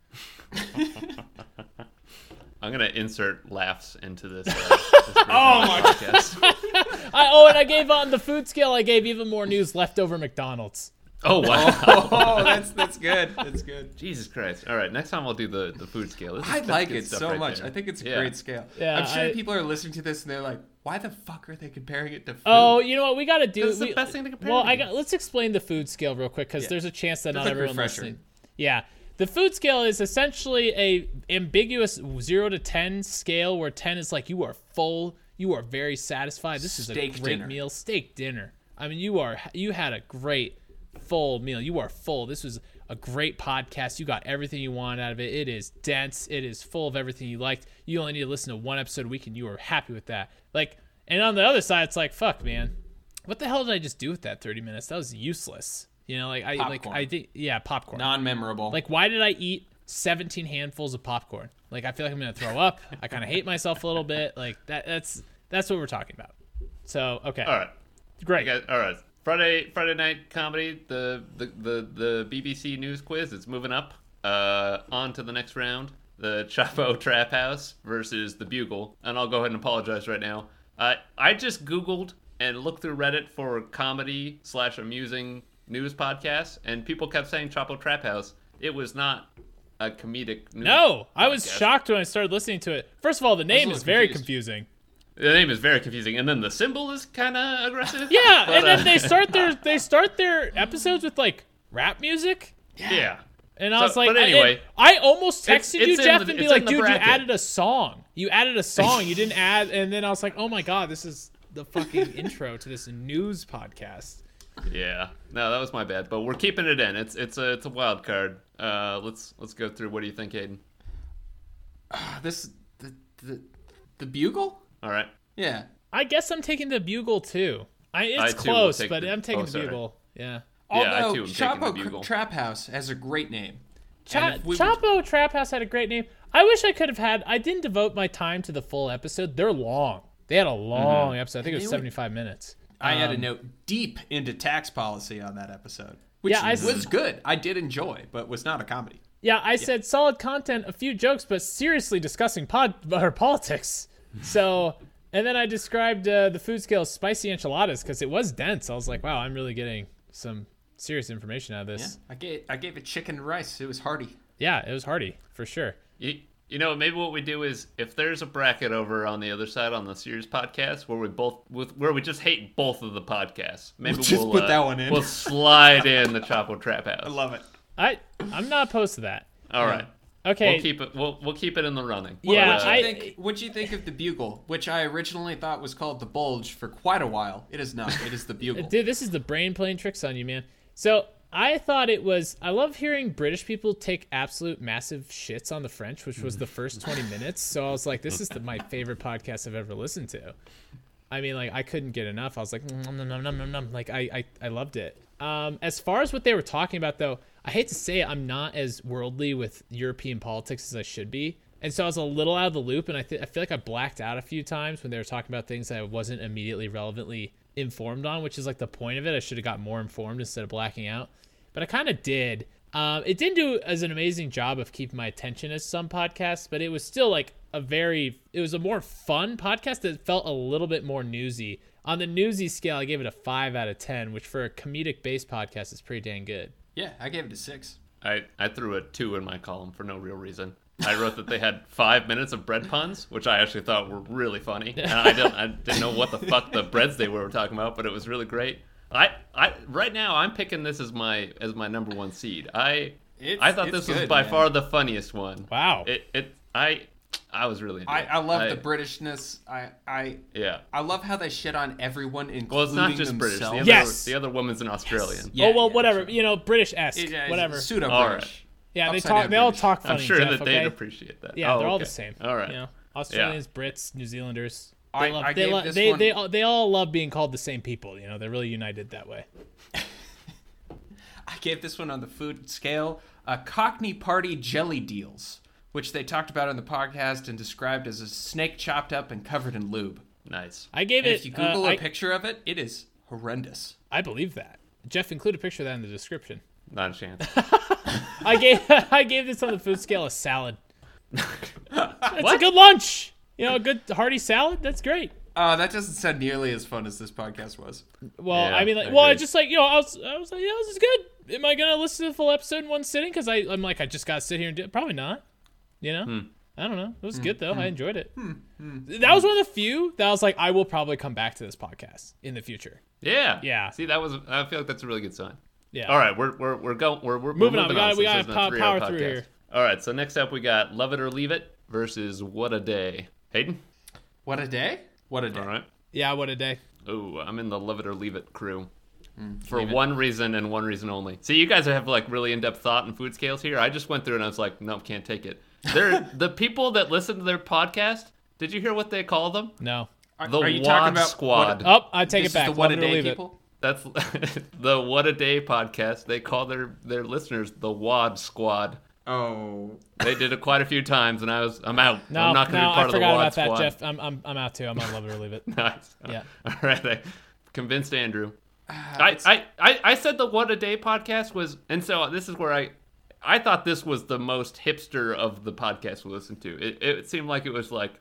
S3: I'm gonna insert laughs into this. Uh, oh my podcast.
S1: I, oh, and I gave on the food scale. I gave even more news leftover McDonald's.
S3: Oh wow.
S2: Oh, that's that's good. That's good.
S3: Jesus Christ. All right, next time we'll do the, the food scale. This is
S2: I
S3: good-
S2: like
S3: good
S2: it
S3: stuff
S2: so
S3: right
S2: much.
S3: there.
S2: I think it's a
S3: Yeah.
S2: great scale.
S1: Yeah,
S2: I'm sure
S1: I-
S2: people are listening to this and they're like, "Why the fuck are they comparing it to food?"
S1: Oh, you know what? We got to do.
S3: That's the
S1: we-
S3: best thing to compare
S1: Well,
S3: it
S1: I
S3: to.
S1: got. Let's explain the food scale real quick because there's a chance that not
S2: like
S1: everyone
S2: refresher.
S1: listening. Yeah, the food scale is essentially a ambiguous zero to ten scale where ten is like you are full, you are very satisfied. This is a
S2: Steak
S1: great
S2: dinner.
S1: meal, steak dinner. I mean, you are you had a great full meal. You are full. This was a great podcast. You got everything you want out of it. It is dense. It is full of everything you liked. You only need to listen to one episode a week, and you are happy with that. Like, and on the other side, it's like, fuck, man, what the hell did I just do with that thirty minutes? That was useless. You know, like I
S2: Popcorn.
S1: like I think yeah, popcorn.
S2: Non-memorable.
S1: Like, why did I eat 17 handfuls of popcorn? Like, I feel like I'm gonna throw up. I kind of hate myself a little bit. Like that. That's that's what we're talking about. So okay,
S3: All right.
S1: great.
S3: Okay, all right. Friday Friday night comedy, the the, the, the BBC news quiz, it's moving up. Uh, on to the next round. The Chapo Trap House versus the Bugle. And I'll go ahead and apologize right now. Uh, I just Googled and looked through Reddit for comedy slash amusing news podcasts, and people kept saying Chapo Trap House. It was not a comedic news
S1: No, I was
S3: podcast.
S1: shocked when I started listening to it. First of all, the name
S2: little
S1: is very
S2: confused.
S1: confusing.
S3: The name is very confusing, and then the symbol is kind of aggressive.
S1: Yeah,
S3: But,
S1: and
S3: uh,
S1: then they start their they start their episodes with like rap music.
S3: yeah.
S1: And I
S3: So-
S1: was like,
S3: but
S1: I-
S3: anyway.
S1: I, almost
S3: It's-
S1: texted you,
S3: it's in
S1: Jeff,
S3: the-
S1: and be
S3: it's in
S1: like,
S3: the
S1: dude,
S3: bracket.
S1: you added a song. You added a song. You didn't add. And then I was like, oh my god, this is the fucking intro to this news podcast.
S3: Yeah, no, that was my bad. But we're keeping it in. It's it's a it's a wild card. Uh, let's let's go through. What do you think, Aiden?
S2: this the, the the bugle?
S3: All right.
S2: Yeah.
S1: I guess I'm taking the bugle too. I it's
S3: I, too, will
S1: close,
S3: take
S1: but
S3: the-
S1: I'm taking
S3: oh,
S1: the
S3: sorry.
S1: bugle. Yeah.
S3: Yeah, I,
S2: Although
S3: too, am taking the
S2: Chapo
S3: Bugle.
S2: Trap House has a great name.
S1: Cha-
S2: And if we-
S1: Chapo Trap House had a great name. I wish I could have had. I didn't devote my time to the full episode. They're long. They had a long episode. I think it was
S2: Mm-hmm. they were-
S1: 75 minutes.
S2: I had
S3: Um.
S2: a note deep into tax policy on that episode, which
S1: Yeah, I s-
S2: was good. I did enjoy, but was not a comedy.
S1: Yeah, I said solid content, a few jokes, but seriously discussing pod or politics. So, and then I described uh, the food scale as spicy enchiladas because it was dense. I was like, wow, I'm really getting some serious information out of
S2: Yeah,
S1: this.
S2: I gave I gave it chicken and rice. It was hearty.
S1: Yeah, it was hearty for sure.
S3: You, you know, maybe what we do is if there's a bracket over on the other side on the series podcast where we both with where we just hate both of the podcasts, maybe
S2: We'll
S3: we'll
S2: just put
S3: uh,
S2: that one in.
S3: We'll slide in the Chapo Trap House.
S2: I love it.
S1: I I'm not opposed to that.
S3: All right.
S1: Okay,
S3: We'll keep it. We'll, we'll keep it in the running.
S1: Yeah,
S3: But, uh,
S1: I-
S2: I think what you think of the bugle, which I originally thought was called the bulge for quite a while. It is not. It is the bugle.
S1: Dude, this is the brain playing tricks on you, man. So I thought it was. I love hearing British people take absolute massive shits on the French, which was the first 20 minutes. So I was like, this is the, my favorite podcast I've ever listened to. I mean, like, I couldn't get enough. I was like, "Mm, nom, nom, nom, nom, nom, nom. Like, I, I, I loved it. Um, as far as what they were talking about, though, I hate to say it, I'm not as worldly with European politics as I should be. And so I was a little out of the loop, and I, th- I feel like I blacked out a few times when they were talking about things that I wasn't immediately relevantly informed on, which is like the point of it. I should have got more informed instead of blacking out, but I kind of did. Um, it didn't do as an amazing job of keeping my attention as some podcasts, but it was still like a very, it was a more fun podcast that felt a little bit more newsy. On the newsy scale, I gave it a five out of 10, which for a comedic based podcast is pretty dang good.
S2: yeah, I gave it a six.
S3: I, I threw a two in my column for no real reason. I wrote that they had five minutes of bread puns, which I actually thought were really funny. And I didn't I didn't know what the fuck the breads they were talking about, but it was really great. I, I right now I'm picking this as my as my number one seed. I
S2: It's-
S3: I thought
S2: it's
S3: this was
S2: good,
S3: by
S2: man.
S3: far the funniest one.
S1: Wow.
S3: It it I I was really into
S2: I,
S3: it.
S2: I love the Britishness. I I
S3: Yeah.
S2: I love how they shit on everyone, including
S3: Well, it's not just British.
S2: themselves.
S3: The other,
S1: Yes.
S3: the other woman's an Australian.
S2: Yeah,
S1: oh, well,
S2: yeah,
S1: whatever,
S2: sure.
S1: you know, British esque,
S2: It- it's
S1: whatever.
S2: Pseudo
S3: All right.
S2: British.
S1: yeah, they
S2: upside
S1: talk,
S2: down
S1: they all
S2: British.
S1: talk funny.
S3: I'm sure
S1: Jeff,
S3: that they'd
S1: okay?
S3: appreciate that.
S1: Yeah,
S3: Oh,
S1: they're all
S3: okay.
S1: the same.
S3: All right.
S1: You know, Australians, Brits, New Zealanders. They,
S2: I-
S1: love,
S2: I
S1: they,
S2: gave
S1: lo-
S2: this
S1: they,
S2: one-
S1: they, all, they all love being called the same people. You know, they're really united that way.
S2: I gave this one on the food scale a Cockney Party jelly deals, which they talked about on the podcast and described as a snake chopped up and covered in lube.
S3: Nice.
S1: I gave
S2: And
S1: it.
S2: if you Google
S1: uh,
S2: a
S1: I-
S2: picture of it, it is horrendous.
S1: I believe that. Jeff, include a picture of that in the description.
S3: Not a chance.
S1: I gave I gave this on the food scale a salad. It's a good lunch. You know, a good hearty salad. That's great.
S2: Uh, that doesn't sound nearly as fun as this podcast was.
S1: Well,
S3: Yeah,
S1: I mean, like,
S3: I
S1: well, I
S3: agree.
S1: just like you know, I was I was like, yeah, this is good. Am I gonna listen to the full episode in one sitting? Because I I'm like, I just gotta sit here and do it. Probably not. You know.
S2: Hmm.
S1: I don't know. It was good though. I enjoyed it. That was one of the few that I was like, I will probably come back to this podcast in the future.
S3: Yeah.
S1: Yeah.
S3: See, that was. I feel like that's a really good sign.
S1: Yeah.
S3: All right, we're we're we're going. We're, we're
S1: Moving
S3: we're
S1: on, we gotta- we
S3: since
S1: gotta
S3: this is a
S1: pow-
S3: three-hour
S1: power through
S3: podcast.
S1: here.
S3: All right. So next up, we got Love It or Leave It versus What a Day. Hayden.
S2: What a day! What a day!
S3: All right.
S1: Yeah. What a day.
S3: Oh, I'm in the Love It or Leave It crew. for one reason and one reason only. See, you guys have like really in-depth thought and food scales here. I just went through and I was like, nope, can't take it. They're the people that listen to their podcast. Did you hear what they call them?
S1: No.
S2: Are,
S3: The
S2: are you
S3: Wad
S2: talking about
S3: Squad.
S2: What,
S1: Oh, I take
S2: this
S1: it back.
S2: Is the what
S1: Love
S2: a
S1: it or
S2: day
S1: leave it.
S2: people.
S3: That's the What a Day podcast. They call their their listeners the Wad Squad.
S2: Oh,
S3: They did it quite a few times, and I was I'm out.
S1: No,
S3: I'm not going to
S1: no,
S3: be part
S1: I
S3: of the
S1: forgot
S3: Wad
S1: about
S3: Squad.
S1: that, Jeff. I'm, I'm, I'm out too. I'm on Love It or Leave It.
S3: Nice.
S1: Yeah.
S3: All right. I convinced Andrew. I, I, I, I said the What a Day podcast was, and so this is where I, I thought this was the most hipster of the podcasts we listened to. It, it seemed like it was like,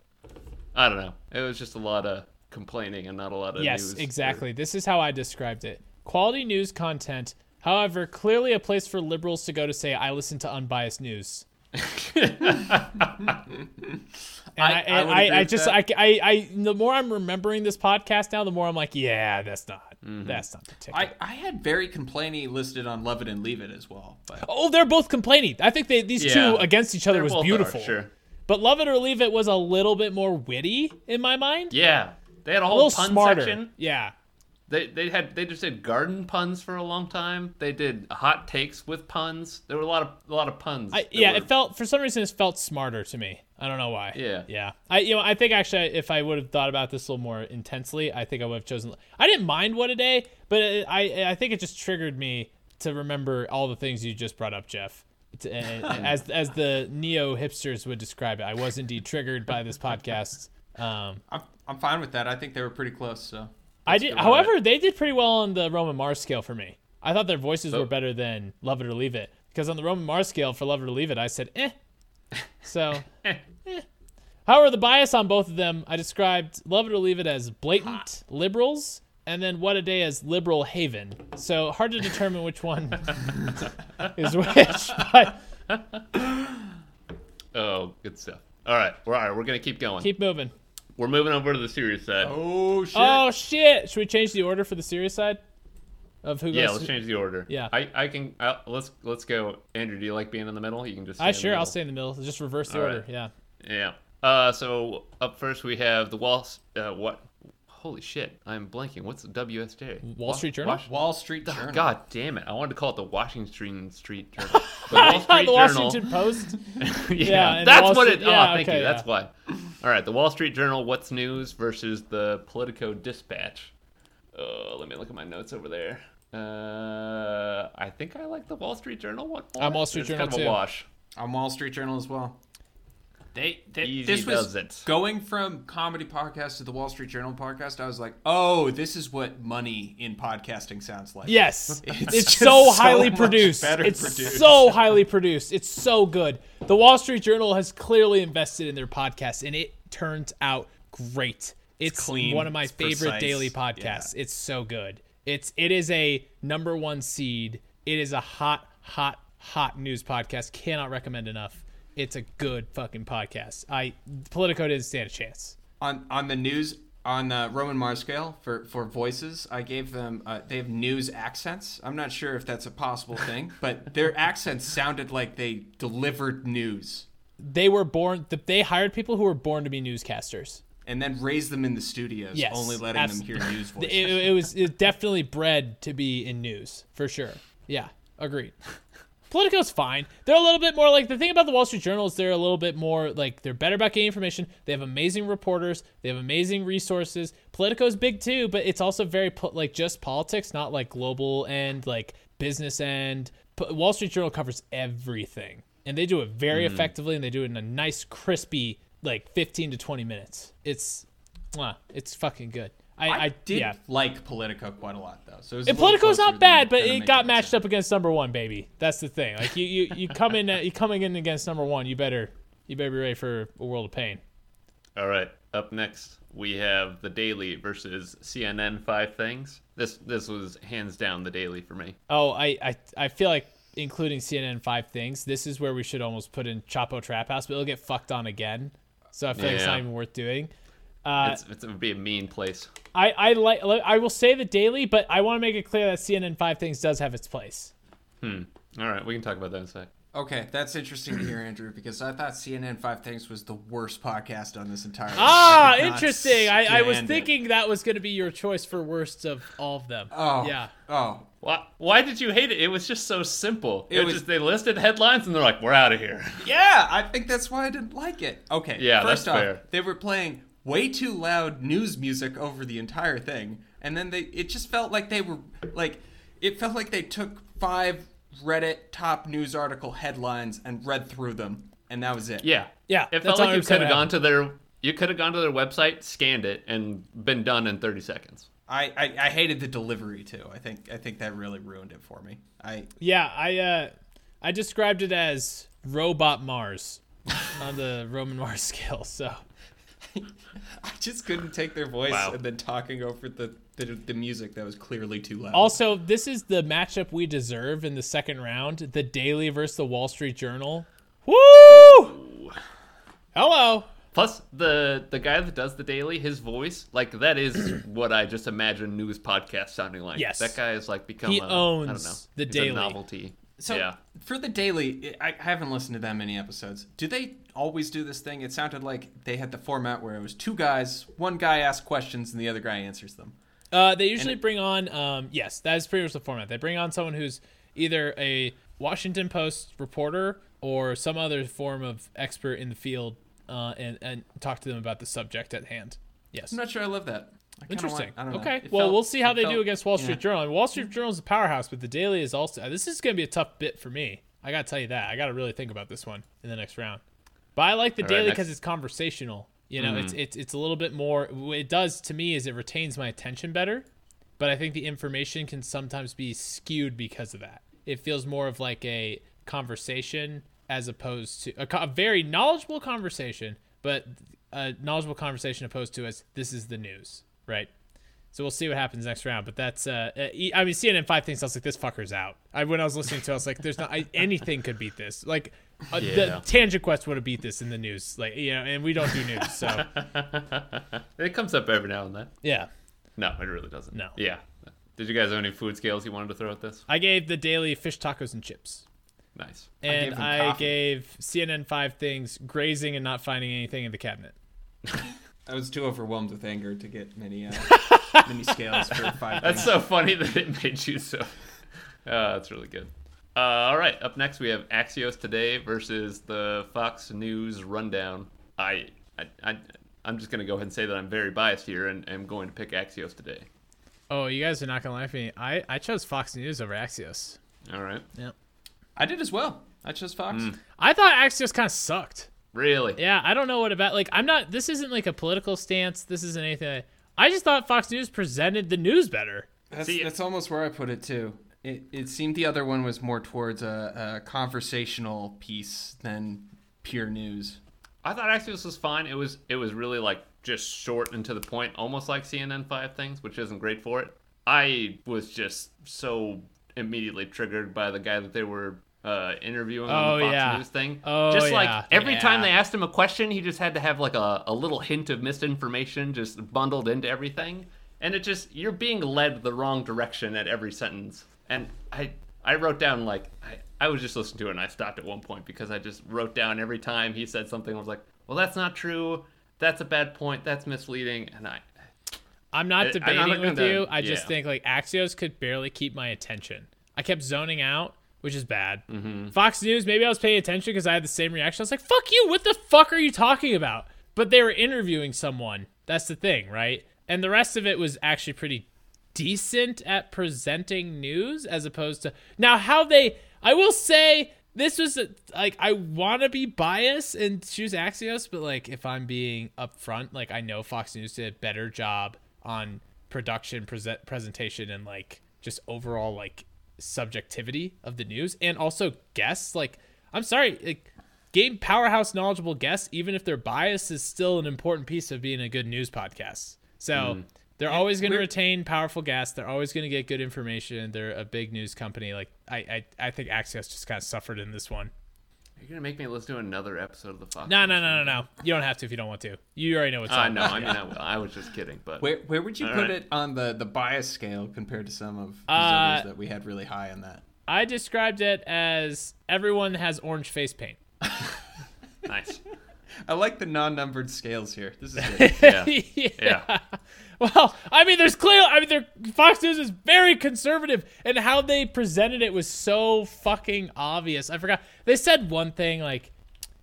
S3: I don't know. It was just a lot of complaining and not a lot of
S1: Yes,
S3: news.
S1: exactly. This is how I described it. Quality news content, however, clearly a place for liberals to go to say, I listen to unbiased news. And I,
S2: I- I would
S1: I,
S2: agree
S1: I
S2: with
S1: just, I,
S2: that.
S1: I, I, the more I'm remembering this podcast now, the more I'm like, yeah, that's not,
S3: Mm-hmm.
S1: that's not the ticket.
S2: I, I had very complainy listed on Love It and Leave It as well. But
S1: oh, they're both complaining. I think they, these two
S3: Yeah.
S1: against each other
S3: They're
S1: was
S3: both are,
S1: beautiful.
S3: sure.
S1: But Love It or Leave It was a little bit more witty in my mind.
S3: Yeah. They had a
S1: a little
S3: whole pun
S1: smarter.
S3: section.
S1: Yeah.
S3: They, they had they just did garden puns for a long time. They did hot takes with puns. There were a lot of a lot of puns.
S1: I,
S3: that
S1: yeah,
S3: were-
S1: it felt for some reason it felt smarter to me. I don't know why.
S3: Yeah.
S1: yeah. I you know I think actually if I would have thought about this a little more intensely, I think I would have chosen. I didn't mind what a day, but it, I I think it just triggered me to remember all the things you just brought up, Jeff. It's, uh, as as the neo hipsters would describe it, I was indeed triggered by this podcast. Um,
S2: I'm, I'm fine with that. I think they were pretty close. So
S1: I did,
S3: go at
S1: however, they did pretty well on the Roman Mars scale for me. I thought their voices
S3: Oh.
S1: were better than Love It or Leave It because on the Roman Mars scale for Love It or Leave It, I said eh. So, eh. However, the bias on both of them, I described Love It or Leave It as blatant liberals, and then What a Day as liberal haven. So hard to determine which one is which. But
S3: Oh, good stuff. All right, we're all right. We're gonna keep going.
S1: keep moving.
S3: We're moving over to the serious side.
S2: oh shit.
S1: Oh shit! Should we change the order for the serious side of who
S3: yeah,
S1: goes?
S3: let's change the order.
S1: Yeah.
S3: I, I can. i let's let's go. Andrew, do you like being in the middle? You can just.
S1: I
S3: stay in the
S1: sure. I'll
S3: middle.
S1: stay in the middle. Just reverse the
S3: All
S1: order.
S3: right.
S1: Yeah.
S3: Yeah. Uh, so up first we have the Wall. S- Uh, what? Holy shit! I'm blanking. What's the WSJ?
S1: Wall Street Journal?
S2: Wall Street Journal.
S3: God damn it! I wanted to call it the Washington Street Journal. The Wall Street
S1: the
S3: Journal.
S1: Washington Post. Yeah,
S3: yeah,
S1: and Wall
S3: that's what
S1: Street-
S3: it.
S1: yeah,
S3: oh, thank
S1: okay,
S3: you. That's
S1: yeah.
S3: why. All right, the Wall Street Journal, What's News versus the Politico Dispatch. Uh, let me look at my notes over there. Uh, I think I like the Wall Street Journal one. more.
S1: I'm Wall Street
S3: it's
S1: Journal,
S3: kind of
S1: too.
S3: a wash.
S2: On Wall Street Journal as well. They, they
S3: Easy
S2: this was
S3: does it.
S2: going from comedy podcast to the Wall Street Journal podcast. I was like, oh, this is what money in podcasting sounds like.
S1: Yes, it's,
S2: It's just
S1: so
S2: so
S1: highly
S2: much
S1: produced.
S2: better
S1: It's
S2: produced.
S1: so highly produced. It's so good. The Wall Street Journal has clearly invested in their podcast, and it turns out great. It's,
S2: clean.
S1: one of my
S2: It's
S1: favorite
S2: precise.
S1: daily podcasts. It's so good. It's it is a number one seed. It is a hot, hot, hot news podcast. Cannot recommend enough. It's a good fucking podcast. I Politico didn't stand a chance.
S2: on on the news on the Roman Mars scale for for voices, I gave them uh, they have news accents. I'm not sure if that's a possible thing, but their accents sounded like they delivered news
S1: They were born. They hired people who were born to be newscasters.
S2: and then raised them in the studios,
S1: Yes,
S2: only letting
S1: absolutely.
S2: them hear news voices.
S1: it, it was it definitely bred to be in news for sure. Yeah, agreed. Politico's fine. They're a little bit more like the thing about the Wall Street Journal is they're a little bit more like they're better about getting information. They have amazing reporters. They have amazing resources. Politico's big too, but it's also very po- like just politics, not like global and like business end. P- Wall Street Journal covers everything, and they do it very effectively, and they do it in a nice, crispy like 15 to 20 minutes. It's, mwah, it's fucking good. I, I,
S2: I did
S1: yeah.
S2: like Politico quite a lot though. So it was
S1: And
S2: a little
S1: Politico's
S2: closer
S1: not
S2: than-
S1: bad, but
S2: than I'm
S1: it got
S2: making
S1: matched
S2: out.
S1: up against number one, baby. That's the thing. Like you, you, you come in, you coming in against number one. You better, you better be ready for a world of pain.
S3: All right, up next we have the Daily versus CNN Five Things. This this was hands down the Daily for me.
S1: Oh, I, I, I feel like including CNN five things. This is where we should almost put in Chapo Trap House, but it'll get fucked on again. So I feel like it's
S3: Yeah.
S1: not even worth doing. Uh,
S3: It's, it's, it would be a mean place.
S1: I, I like, I will say the daily, but I want to make it clear that CNN five things does have its place.
S3: All right, we can talk about that in a sec.
S2: Okay, that's interesting to hear, Andrew, because I thought CNN Five Things was the worst podcast on this entire.
S1: Ah,
S2: I could not
S1: interesting. I, I was
S2: stand it.
S1: thinking that was going to be your choice for worst of all of them.
S2: Oh,
S1: yeah.
S2: Oh,
S3: Why, why did you hate it? It was just so simple.
S2: It
S3: It,
S2: was-
S3: was just they listed headlines and they're like, "We're out of here."
S2: yeah. I think that's why I didn't like it. Okay.
S3: Yeah,
S2: First
S3: that's
S2: off,
S3: fair.
S2: they were playing way too loud news music over the entire thing, and then they it just felt like they were like it felt like they took five Reddit top news article headlines and read through them, and that was it.
S3: Yeah,
S1: Yeah,
S3: It
S1: that's
S3: felt like you
S1: 100%
S3: could
S1: what
S3: have gone to their you could have gone to their website, scanned it, and been done in thirty seconds.
S2: I, I I hated the delivery too. I think I think that really ruined it for me. I
S1: Yeah, I uh, I described it as robot Mars on the Roman Mars scale. So
S2: I just couldn't take their voice
S3: Wow.
S2: and then talking over the, the the music that was clearly too loud.
S1: also, this is the matchup we deserve in the second round: the Daily versus the Wall Street Journal. Woo! Hello.
S3: Plus, the the guy that does the daily, his voice, like that is what I just imagine news podcasts sounding like.
S1: Yes.
S3: that guy has like become
S1: He
S3: a, I don't know,
S1: owns The
S3: he's
S1: Daily.
S3: a novelty.
S2: so
S3: yeah,
S2: for the daily, I, I haven't listened to that many episodes. Do they always do this thing? It sounded like they had the format where it was two guys, one guy asks questions and the other guy answers them.
S1: Uh, they usually bring on, um, yes, that is pretty much the format. They bring on someone who's either a Washington Post reporter or some other form of expert in the field, uh, and and talk to them about the subject at hand. Yes,
S2: I'm not sure I love that. I kinda
S1: interesting.
S2: want- I don't know.
S1: okay,
S2: It
S1: well,
S2: felt-
S1: we'll see how
S2: it
S1: they do
S2: felt-
S1: against Wall Street
S2: yeah.
S1: Journal. And Wall Street Journal is a powerhouse, but the Daily is also. This is going to be a tough bit for me. I got to tell you that. I got to really think about this one in the next round. But I like the
S3: All right,
S1: daily
S3: next. Mm-hmm.
S1: because it's conversational. You know, it's it's it's a little bit more. What it does to me is it retains my attention better, but I think the information can sometimes be skewed because of that. It feels more of like a conversation as opposed to a, co- a very knowledgeable conversation, but a knowledgeable conversation opposed to as this is the news, right? So we'll see what happens next round. But that's, uh, uh, e- I mean, CNN five things. I was like, this fucker's out. I when I was listening to, it, I was like, there's not I, anything could beat this. Like, uh,
S3: Yeah.
S1: the Tangent Quest would have beat this in the news. Like, you know, and we don't do news, so
S3: it comes up every now and then.
S1: yeah.
S3: No, it really doesn't.
S1: No.
S3: Yeah. Did you guys have any food scales you wanted to throw at this?
S1: I gave the daily fish tacos and chips,
S3: Nice.
S1: and
S2: them
S1: I
S2: coffee.
S1: gave CNN five things grazing and not finding anything in the cabinet.
S2: I was too overwhelmed with anger to get many uh, many scales for five.
S3: That's so funny that it made you so. Uh, that's really good. Uh, all right, up next we have Axios Today versus the Fox News Rundown. I, I, I I'm just gonna go ahead and say that I'm very biased here and am going to pick Axios Today.
S1: Oh, you guys are not gonna laugh at me. I I chose Fox News over Axios.
S3: All right.
S1: Yeah,
S2: I did as well. I chose Fox.
S1: I thought Axios kind of sucked.
S3: Really?
S1: Yeah, I don't know what about like I'm not this isn't like a political stance. This isn't anything. I, I just thought Fox News presented the news better.
S2: That's,
S3: See,
S2: that's almost where I put it too. It, it seemed the other one was more towards a, a conversational piece than pure news.
S3: I thought Axios was fine. It was it was really like just short and to the point, almost like CNN Five Things, which isn't great for it. I was just so immediately triggered by the guy that they were uh, interviewing
S1: Oh,
S3: on the Fox
S1: yeah.
S3: News thing.
S1: Oh,
S3: just
S1: yeah.
S3: like every time
S1: Yeah.
S3: they asked him a question, he just had to have like a, a little hint of misinformation just bundled into everything. And it just you're being led the wrong direction at every sentence. And I I wrote down like I, I was just listening to it and I stopped at one point because I just wrote down every time he said something I was like, Well that's not true, that's a bad point, that's misleading and I
S1: I'm not
S3: I- Uh, I'm
S1: debating
S3: not
S1: with
S3: gonna-
S1: you. I just
S3: yeah.
S1: think like Axios could barely keep my attention. I kept zoning out, which is bad. Fox News, maybe I was paying attention because I had the same reaction. I was like, "Fuck you! What the fuck are you talking about?" But they were interviewing someone. That's the thing, right? And the rest of it was actually pretty decent at presenting news as opposed to now how they I will say this was a, like I want to be biased and choose Axios but like if I'm being upfront like I know Fox News did a better job on production present presentation and like just overall like subjectivity of the news and also guests like I'm sorry like game powerhouse knowledgeable guests even if they're biased is still an important piece of being a good news podcast so they're always going to retain powerful guests they're always going to get good information they're a big news company like i i, I think axios just kind of suffered in this one
S3: You're gonna make me listen to another episode of the Fox
S1: no
S3: News
S1: no no no
S3: thing.
S1: no you don't have to if you don't want to you already know what's
S3: Uh,
S1: on
S3: no, I mean I will. I was just kidding, but
S2: Where where would you
S3: All
S2: put
S3: right.
S2: it on the the bias scale compared to some of these
S1: Uh,
S2: others that we had really high on that?
S1: I described it as everyone has orange face paint.
S3: Nice.
S2: I like the non-numbered scales here. This is good.
S3: Yeah.
S1: yeah.
S3: Yeah.
S1: Well, I mean, there's clearly, I mean, there- Fox News is very conservative, and how they presented it was so fucking obvious. I forgot. They said one thing, like,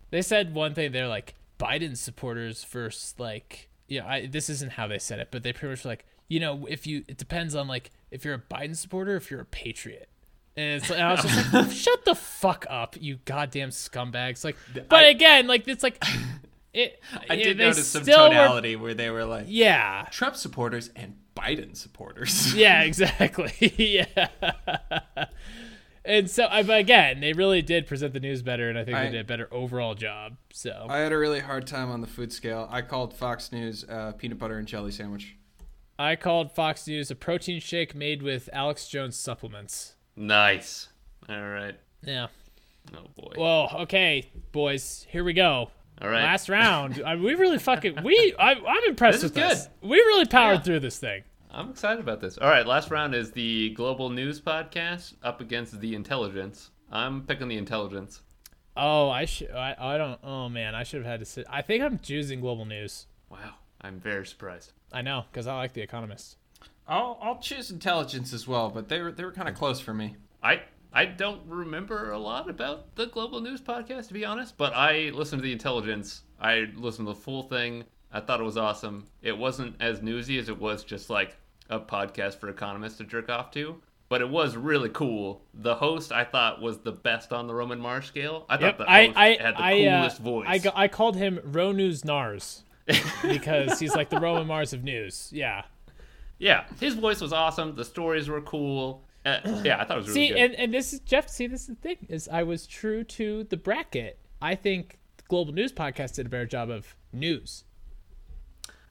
S1: they said one thing, they're like, Biden supporters versus, like, you know, I, this isn't how they said it, but they pretty much were like, you know, if you, it depends on, like, if you're a Biden supporter, or if you're a patriot. And, it's, and I was just like, shut the fuck up, you goddamn scumbags. Like, but
S2: I-
S1: again, like, it's like, it,
S2: I did
S1: they
S2: notice some
S1: still were-
S2: tonality where they were like
S1: yeah.
S2: Trump supporters and Biden supporters.
S1: Yeah, exactly. yeah. And so, I- but again, they really did present the news better, and I think
S2: I-
S1: they did a better overall job. So,
S2: I had a really hard time on the food scale. I called Fox News uh, peanut butter and jelly sandwich.
S1: I called Fox News a protein shake made with Alex Jones supplements.
S3: Nice. All right.
S1: Yeah.
S3: Oh boy.
S1: Well, okay, boys, here we go.
S3: All right.
S1: Last round. I, we really fucking we. I, I'm impressed
S3: This is
S1: with this. We really powered through this thing.
S3: I'm excited about this. All right, last round is the Global News Podcast up against the Intelligence. I'm picking the Intelligence.
S1: Oh, I should. I, I don't. Oh man, I should have had to sit. I think I'm choosing global news.
S3: Wow, I'm very surprised.
S1: I know because I like The Economist.
S2: I'll, I'll choose intelligence as well, but they were they were kind of close for me.
S3: I I don't remember a lot about the Global News Podcast to be honest, but I listened to the Intelligence. I listened to the full thing. I thought it was awesome. It wasn't as newsy as it was just like a podcast for economists to jerk off to, but it was really cool. The host I thought was the best on the Roman Mars scale. I
S1: Yep,
S3: thought the
S1: I,
S3: host
S1: I,
S3: had the
S1: I, uh,
S3: coolest voice.
S1: I, go- I called him Ronu's Nars because he's like the Roman Mars of news. Yeah.
S3: Yeah, his voice was awesome. The stories were cool. Uh, yeah, I thought it was really
S1: See,
S3: good.
S1: and, and this is Jeff. See, this is the thing is I was true to the bracket. I think the Global News Podcast did a better job of news.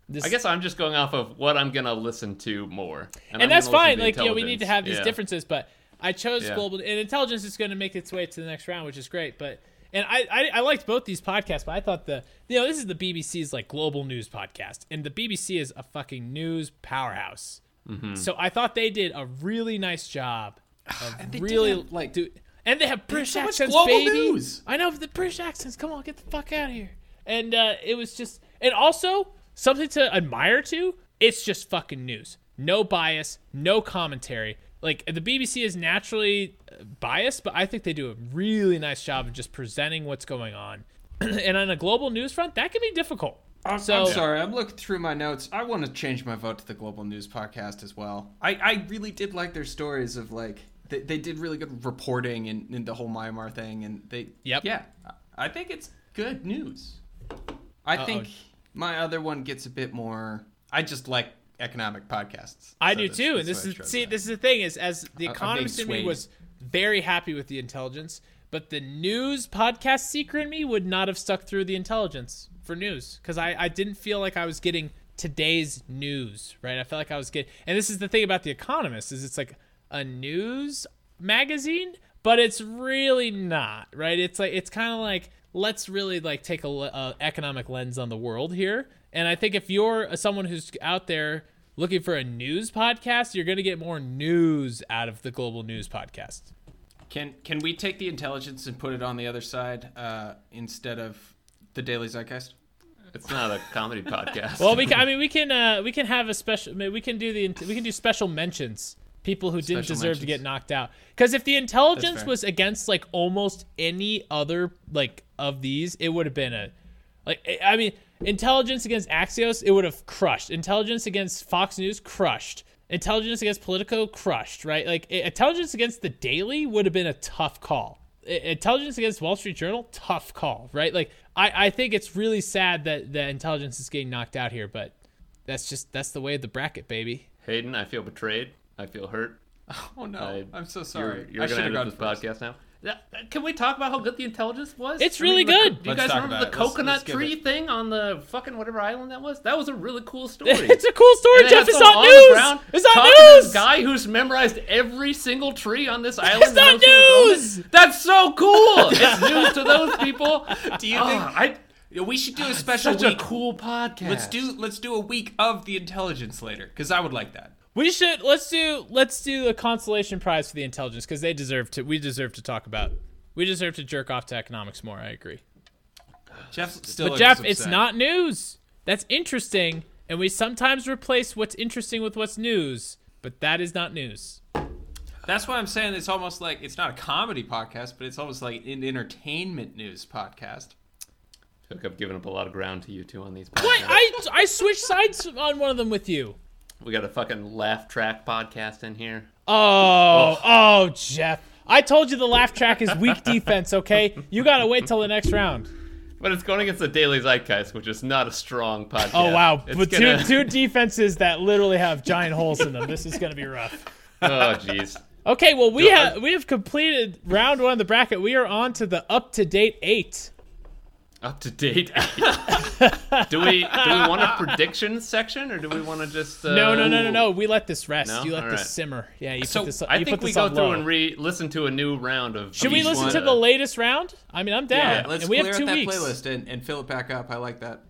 S1: This,
S3: I guess I'm just going off of what I'm gonna listen to more,
S1: and
S3: I'm
S1: that's
S3: gonna
S1: fine.
S3: listen
S1: Like,
S3: the
S1: you know, we need to have these
S3: Intelligence. Yeah.
S1: differences, but I chose
S3: Yeah.
S1: global and intelligence is going to make its way to the next round, which is great. But and I, I I liked both these podcasts, but I thought the you know this is the BBC's like global news podcast, and the BBC is a fucking news powerhouse.
S3: Mm-hmm.
S1: So I thought they did a really nice job of
S2: And they did
S1: really
S2: have, like-
S1: like do. And they have British
S2: so much
S1: accents,
S2: global
S1: baby.
S2: news.
S1: I know the British accents. Come on, get the fuck out of here. And uh, it was just, and also something to admire too. It's just fucking news. No bias, no commentary. Like the BBC is naturally uh, biased, but I think they do a really nice job of just presenting what's going on. and on a global news front, that can be difficult. so
S2: I'm sorry, I'm looking through my notes. I want to change my vote to the Global News Podcast as well. I, I really did like their stories of like they, they did really good reporting and, and the whole Myanmar thing, and they
S1: Yep.
S2: yeah. I think it's good news. I think my other one gets a bit more. I just like economic podcasts.
S1: I
S2: So
S1: do
S2: that's-
S1: too, and
S2: that's
S1: this
S2: why I
S1: is
S2: chose
S1: see,
S2: that.
S1: this is the thing is as the
S2: I'm
S1: economist
S2: being
S1: in me
S2: swayed.
S1: was very happy with the intelligence, but the news podcast seeker in me would not have stuck through the intelligence for news because I I didn't feel like I was getting today's news right. I felt like I was getting, and this is the thing about the economist is it's like a news magazine, but it's really not right. It's like it's kind of like let's really like take a, le- a economic lens on the world here, and I think if you're someone who's out there looking for a news podcast, you're going to get more news out of the global news podcast.
S2: Can can we take the intelligence and put it on the other side uh, instead of the Daily Zeitgeist?
S3: It's not a comedy podcast.
S1: Well, we can, I mean, we can uh, we can have a special. I mean, we can do the we can do special mentions. People who didn't
S2: Special
S1: deserve to
S2: mentions.
S1: get knocked out. Because if the intelligence
S2: fair.
S1: was against like almost any other like of these, it would have been a like eh, I- I mean, intelligence against Axios, it would have crushed. Intelligence against Fox News, crushed. Intelligence against Politico, crushed. Right? Like i- intelligence against the Daily would have been a tough call. I- Intelligence against Wall Street Journal, tough call. Right? Like I, I think it's really sad that that intelligence is getting knocked out here, but that's just that's the way of the bracket, baby.
S3: Hayden, I feel betrayed. I feel hurt.
S2: Oh no,
S3: I,
S2: I, am so
S3: You're-
S2: sorry.
S3: You're,
S2: I should
S3: gonna
S2: have
S3: end
S2: gone
S3: up
S2: first.
S3: this podcast now. Yeah, uh, Can we talk about how good the intelligence was?
S1: It's
S3: I mean,
S1: really
S3: the co-
S1: good.
S3: Do you
S2: Let's
S3: guys
S2: talk
S3: remember
S2: about
S3: the
S2: it. Let's-
S3: coconut
S2: let's give
S3: tree
S2: it-
S3: thing on the fucking whatever island that was? That was a really cool story.
S1: It's a cool story,
S3: And it
S1: Jeff.
S3: had
S1: It's
S3: someone
S1: not
S3: on the
S1: news.
S3: ground
S1: It's not
S3: talking to this
S1: news.
S3: Guy who's memorized every single tree on this island. and
S1: not
S3: knows who owns
S1: news.
S3: it. That's so cool. it's news to those people.
S2: Do you
S3: Ah,
S2: think
S3: I?
S2: Yeah, we should do a special
S3: Such a
S2: week?
S3: cool podcast.
S2: Let's do let's do a week of the intelligence later because I would like that.
S1: We should let's do let's do a consolation prize for the intelligence because they deserve to. We deserve to talk about. We deserve to jerk off to economics more. I agree.
S3: Oh,
S2: Jeff's still.
S1: But
S2: looks
S1: Jeff, it's
S2: upset.
S1: not news. That's interesting, and we sometimes replace what's interesting with what's news, but that is not news.
S2: That's why I'm saying it's almost like it's not a comedy podcast, but it's almost like an entertainment news podcast.
S3: feel like I've given up a lot of ground to you two on these podcasts.
S1: What? I I switched sides on one of them with you.
S3: We got a fucking laugh track podcast in here.
S1: Oh, oh, Jeff. I told you the laugh track is weak defense, okay? You got to wait till the next round.
S3: But it's going against the Daily Zeitgeist, which is not a strong podcast.
S1: Oh, wow.
S3: It's
S1: But
S3: gonna-
S1: two, two defenses that literally have giant holes in them. This is going to be rough.
S3: Oh, jeez.
S1: Okay, well, we have, we have completed round one of the bracket. We are on to the up to date eight.
S3: Up to date. do we do we want a predictions section or do we want to just uh,
S1: No, no, no, no, no. We let this rest.
S3: No?
S1: You let
S3: All
S1: this
S3: right.
S1: simmer. Yeah, you
S2: So,
S1: put this.
S3: I
S1: you
S3: think
S1: put
S3: we
S1: this
S3: go
S1: on
S3: through
S1: low.
S3: and re listen to a new round of.
S1: Should we
S3: each
S1: listen
S3: one,
S1: to
S3: uh,
S1: the latest round? I mean, I'm down.
S2: Yeah, let's
S1: and we
S2: clear
S1: have
S2: out
S1: two
S2: that
S1: weeks.
S2: playlist and, and fill it back up. I like that.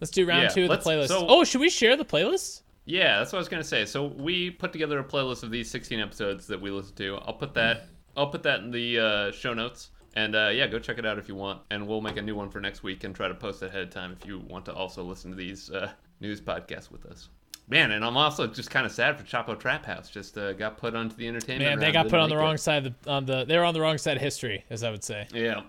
S1: Let's do round
S3: Yeah,
S1: two of the
S3: let's-
S1: playlist.
S3: so-
S1: oh, should we share the playlist?
S3: Yeah, that's what I was gonna say. So we put together a playlist of these 16 episodes that we listen to. I'll put that. I'll put that in the uh, show notes. And uh, yeah, go check it out if you want. And we'll make a new one for next week and try to post it ahead of time if you want to also listen to these uh, news podcasts with us. Man, and I'm also just kind of sad for Chapo Trap House. Just uh, got put onto the entertainment.
S1: Man, they
S3: round,
S1: got
S3: didn't
S1: put on the
S3: make it.
S1: wrong side of the on the they were on the wrong side of history, as I would say.
S3: Yeah,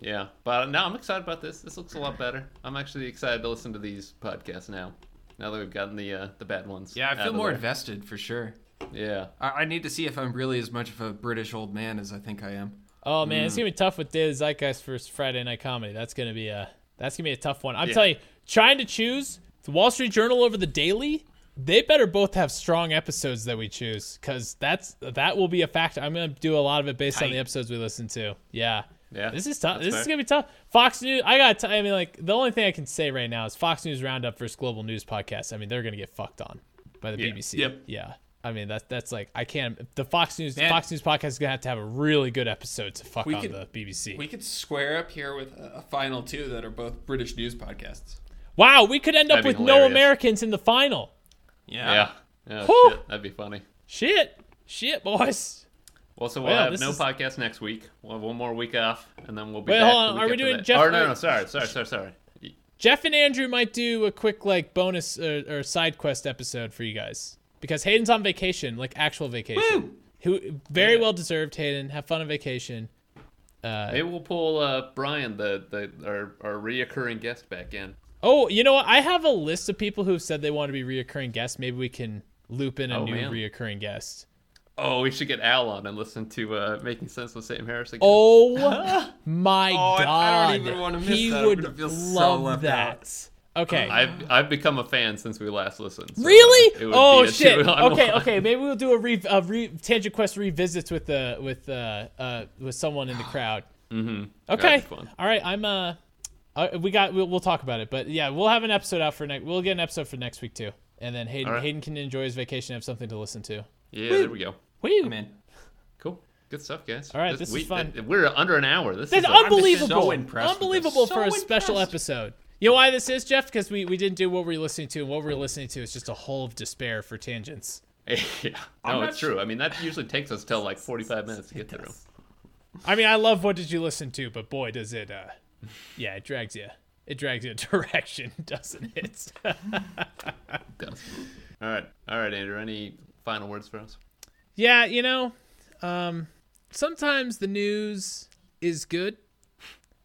S3: yeah. But now I'm excited about this. This looks a lot better. I'm actually excited to listen to these podcasts now. Now that we've gotten the uh, the bad ones.
S2: Yeah, I
S3: out
S2: feel
S3: of
S2: more
S3: the way.
S2: invested for sure.
S3: Yeah.
S2: I, I need to see if I'm really as much of a British old man as I think I am.
S1: Oh man,
S3: Mm.
S1: it's gonna be tough with Daily Zeitgeist for Friday night comedy. That's gonna be a that's gonna be a tough one. I'm
S3: Yeah.
S1: telling you, trying to choose the Wall Street Journal over the Daily, they better both have strong episodes that we choose, because that's that will be a factor. I'm gonna do a lot of it based on the
S3: Tight.
S1: episodes we listen to. Yeah.
S3: Yeah,
S1: This is tough.
S3: that's
S1: This
S3: fair.
S1: is gonna be tough. Fox News. I got. I mean, like the only thing I can say right now is Fox News Roundup versus Global News Podcast. I mean, they're gonna get fucked on by the
S3: Yeah.
S1: BBC.
S2: Yep.
S1: Yeah. I mean, that's that's like I can't. The Fox News
S2: Man.
S1: Fox News Podcast is gonna have to have a really good episode to fuck
S2: We
S1: on
S2: could-
S1: the BBC.
S2: We could square up here with a, a final two that are both British news podcasts.
S1: wow, we could end up
S3: That'd be
S1: with no
S3: hilarious.
S1: Americans in the final.
S2: Yeah.
S3: Yeah.
S1: Uh, Whew.
S3: Oh, shit. That'd be funny.
S1: Shit, shit, boys.
S3: Well, so we'll
S1: yeah,
S3: have
S1: this
S3: no
S1: is-
S3: podcast next week. We'll have one more week off, and then we'll be
S1: Wait,
S3: back.
S1: hold on.
S3: the
S1: Are we
S3: week after
S1: doing
S3: that.
S1: Jeff-
S3: Oh no, no, sorry, sorry, sorry, sorry.
S1: Jeff and Andrew might do a quick like bonus or, or side quest episode for you guys because Hayden's on vacation, like actual vacation.
S2: Woo!
S1: Who very well deserved, Hayden. Have fun on vacation.
S3: Maybe we'll pull uh, Brian, the, the our our reoccurring guest, back in.
S1: Oh, you know what? I have a list of people who've said they want to be reoccurring guests. Maybe we can loop in a
S3: Oh,
S1: new
S3: man.
S1: reoccurring guest.
S3: Oh, we should get Al on and listen to uh, Making Sense with Sam Harris again.
S1: Oh my god!
S2: I- I don't even wanna miss
S1: he
S2: that. I'm
S1: would
S2: gonna feel so
S1: love
S2: left
S1: that. Okay.
S3: I've I've become a fan since we last listened. so it
S1: Really?
S3: would
S1: Oh
S3: be a
S1: shit!
S3: two-on-one.
S1: Okay, okay. Maybe we'll do a, re- a re- tangent quest revisits with uh with uh, uh with someone in the crowd. Mm-hmm. Okay.
S3: That'd be fun.
S1: All right. I'm uh, uh we got we'll, we'll talk about it, but yeah, we'll have an episode out for next. We'll get an episode for next week too, and then Hayden
S3: All right.
S1: Hayden can enjoy his vacation, and have something to listen to.
S3: Yeah, there we go.
S1: Woo!
S2: I'm in.
S3: Cool. Good stuff, guys.
S1: All right, this is
S3: we-
S1: fun.
S3: th- we're under an hour. This
S1: That's
S3: is a-
S1: unbelievable.
S2: so impressed with this.
S1: unbelievable for
S2: So
S1: a special
S2: impressed.
S1: episode. You know why this is, Jeff? Because we, we didn't do what we were listening to, and what we were listening to is just a hole of despair for tangents.
S3: yeah. No, it's true. I mean, that usually takes us till like 45 minutes to get through.
S1: I mean, I love what did you listen to, but boy, does it, uh, yeah, it drags you. It drags you a direction, doesn't it?
S3: does. All right, all right, Andrew. Any final words for us?
S1: yeah, you know, um, sometimes the news is good,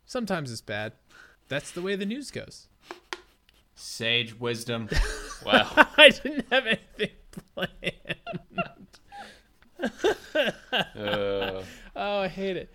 S1: sometimes it's bad. That's the way the news goes.
S2: Sage wisdom.
S3: Wow.
S1: I didn't have anything planned.
S3: uh,
S1: Oh, I hate it.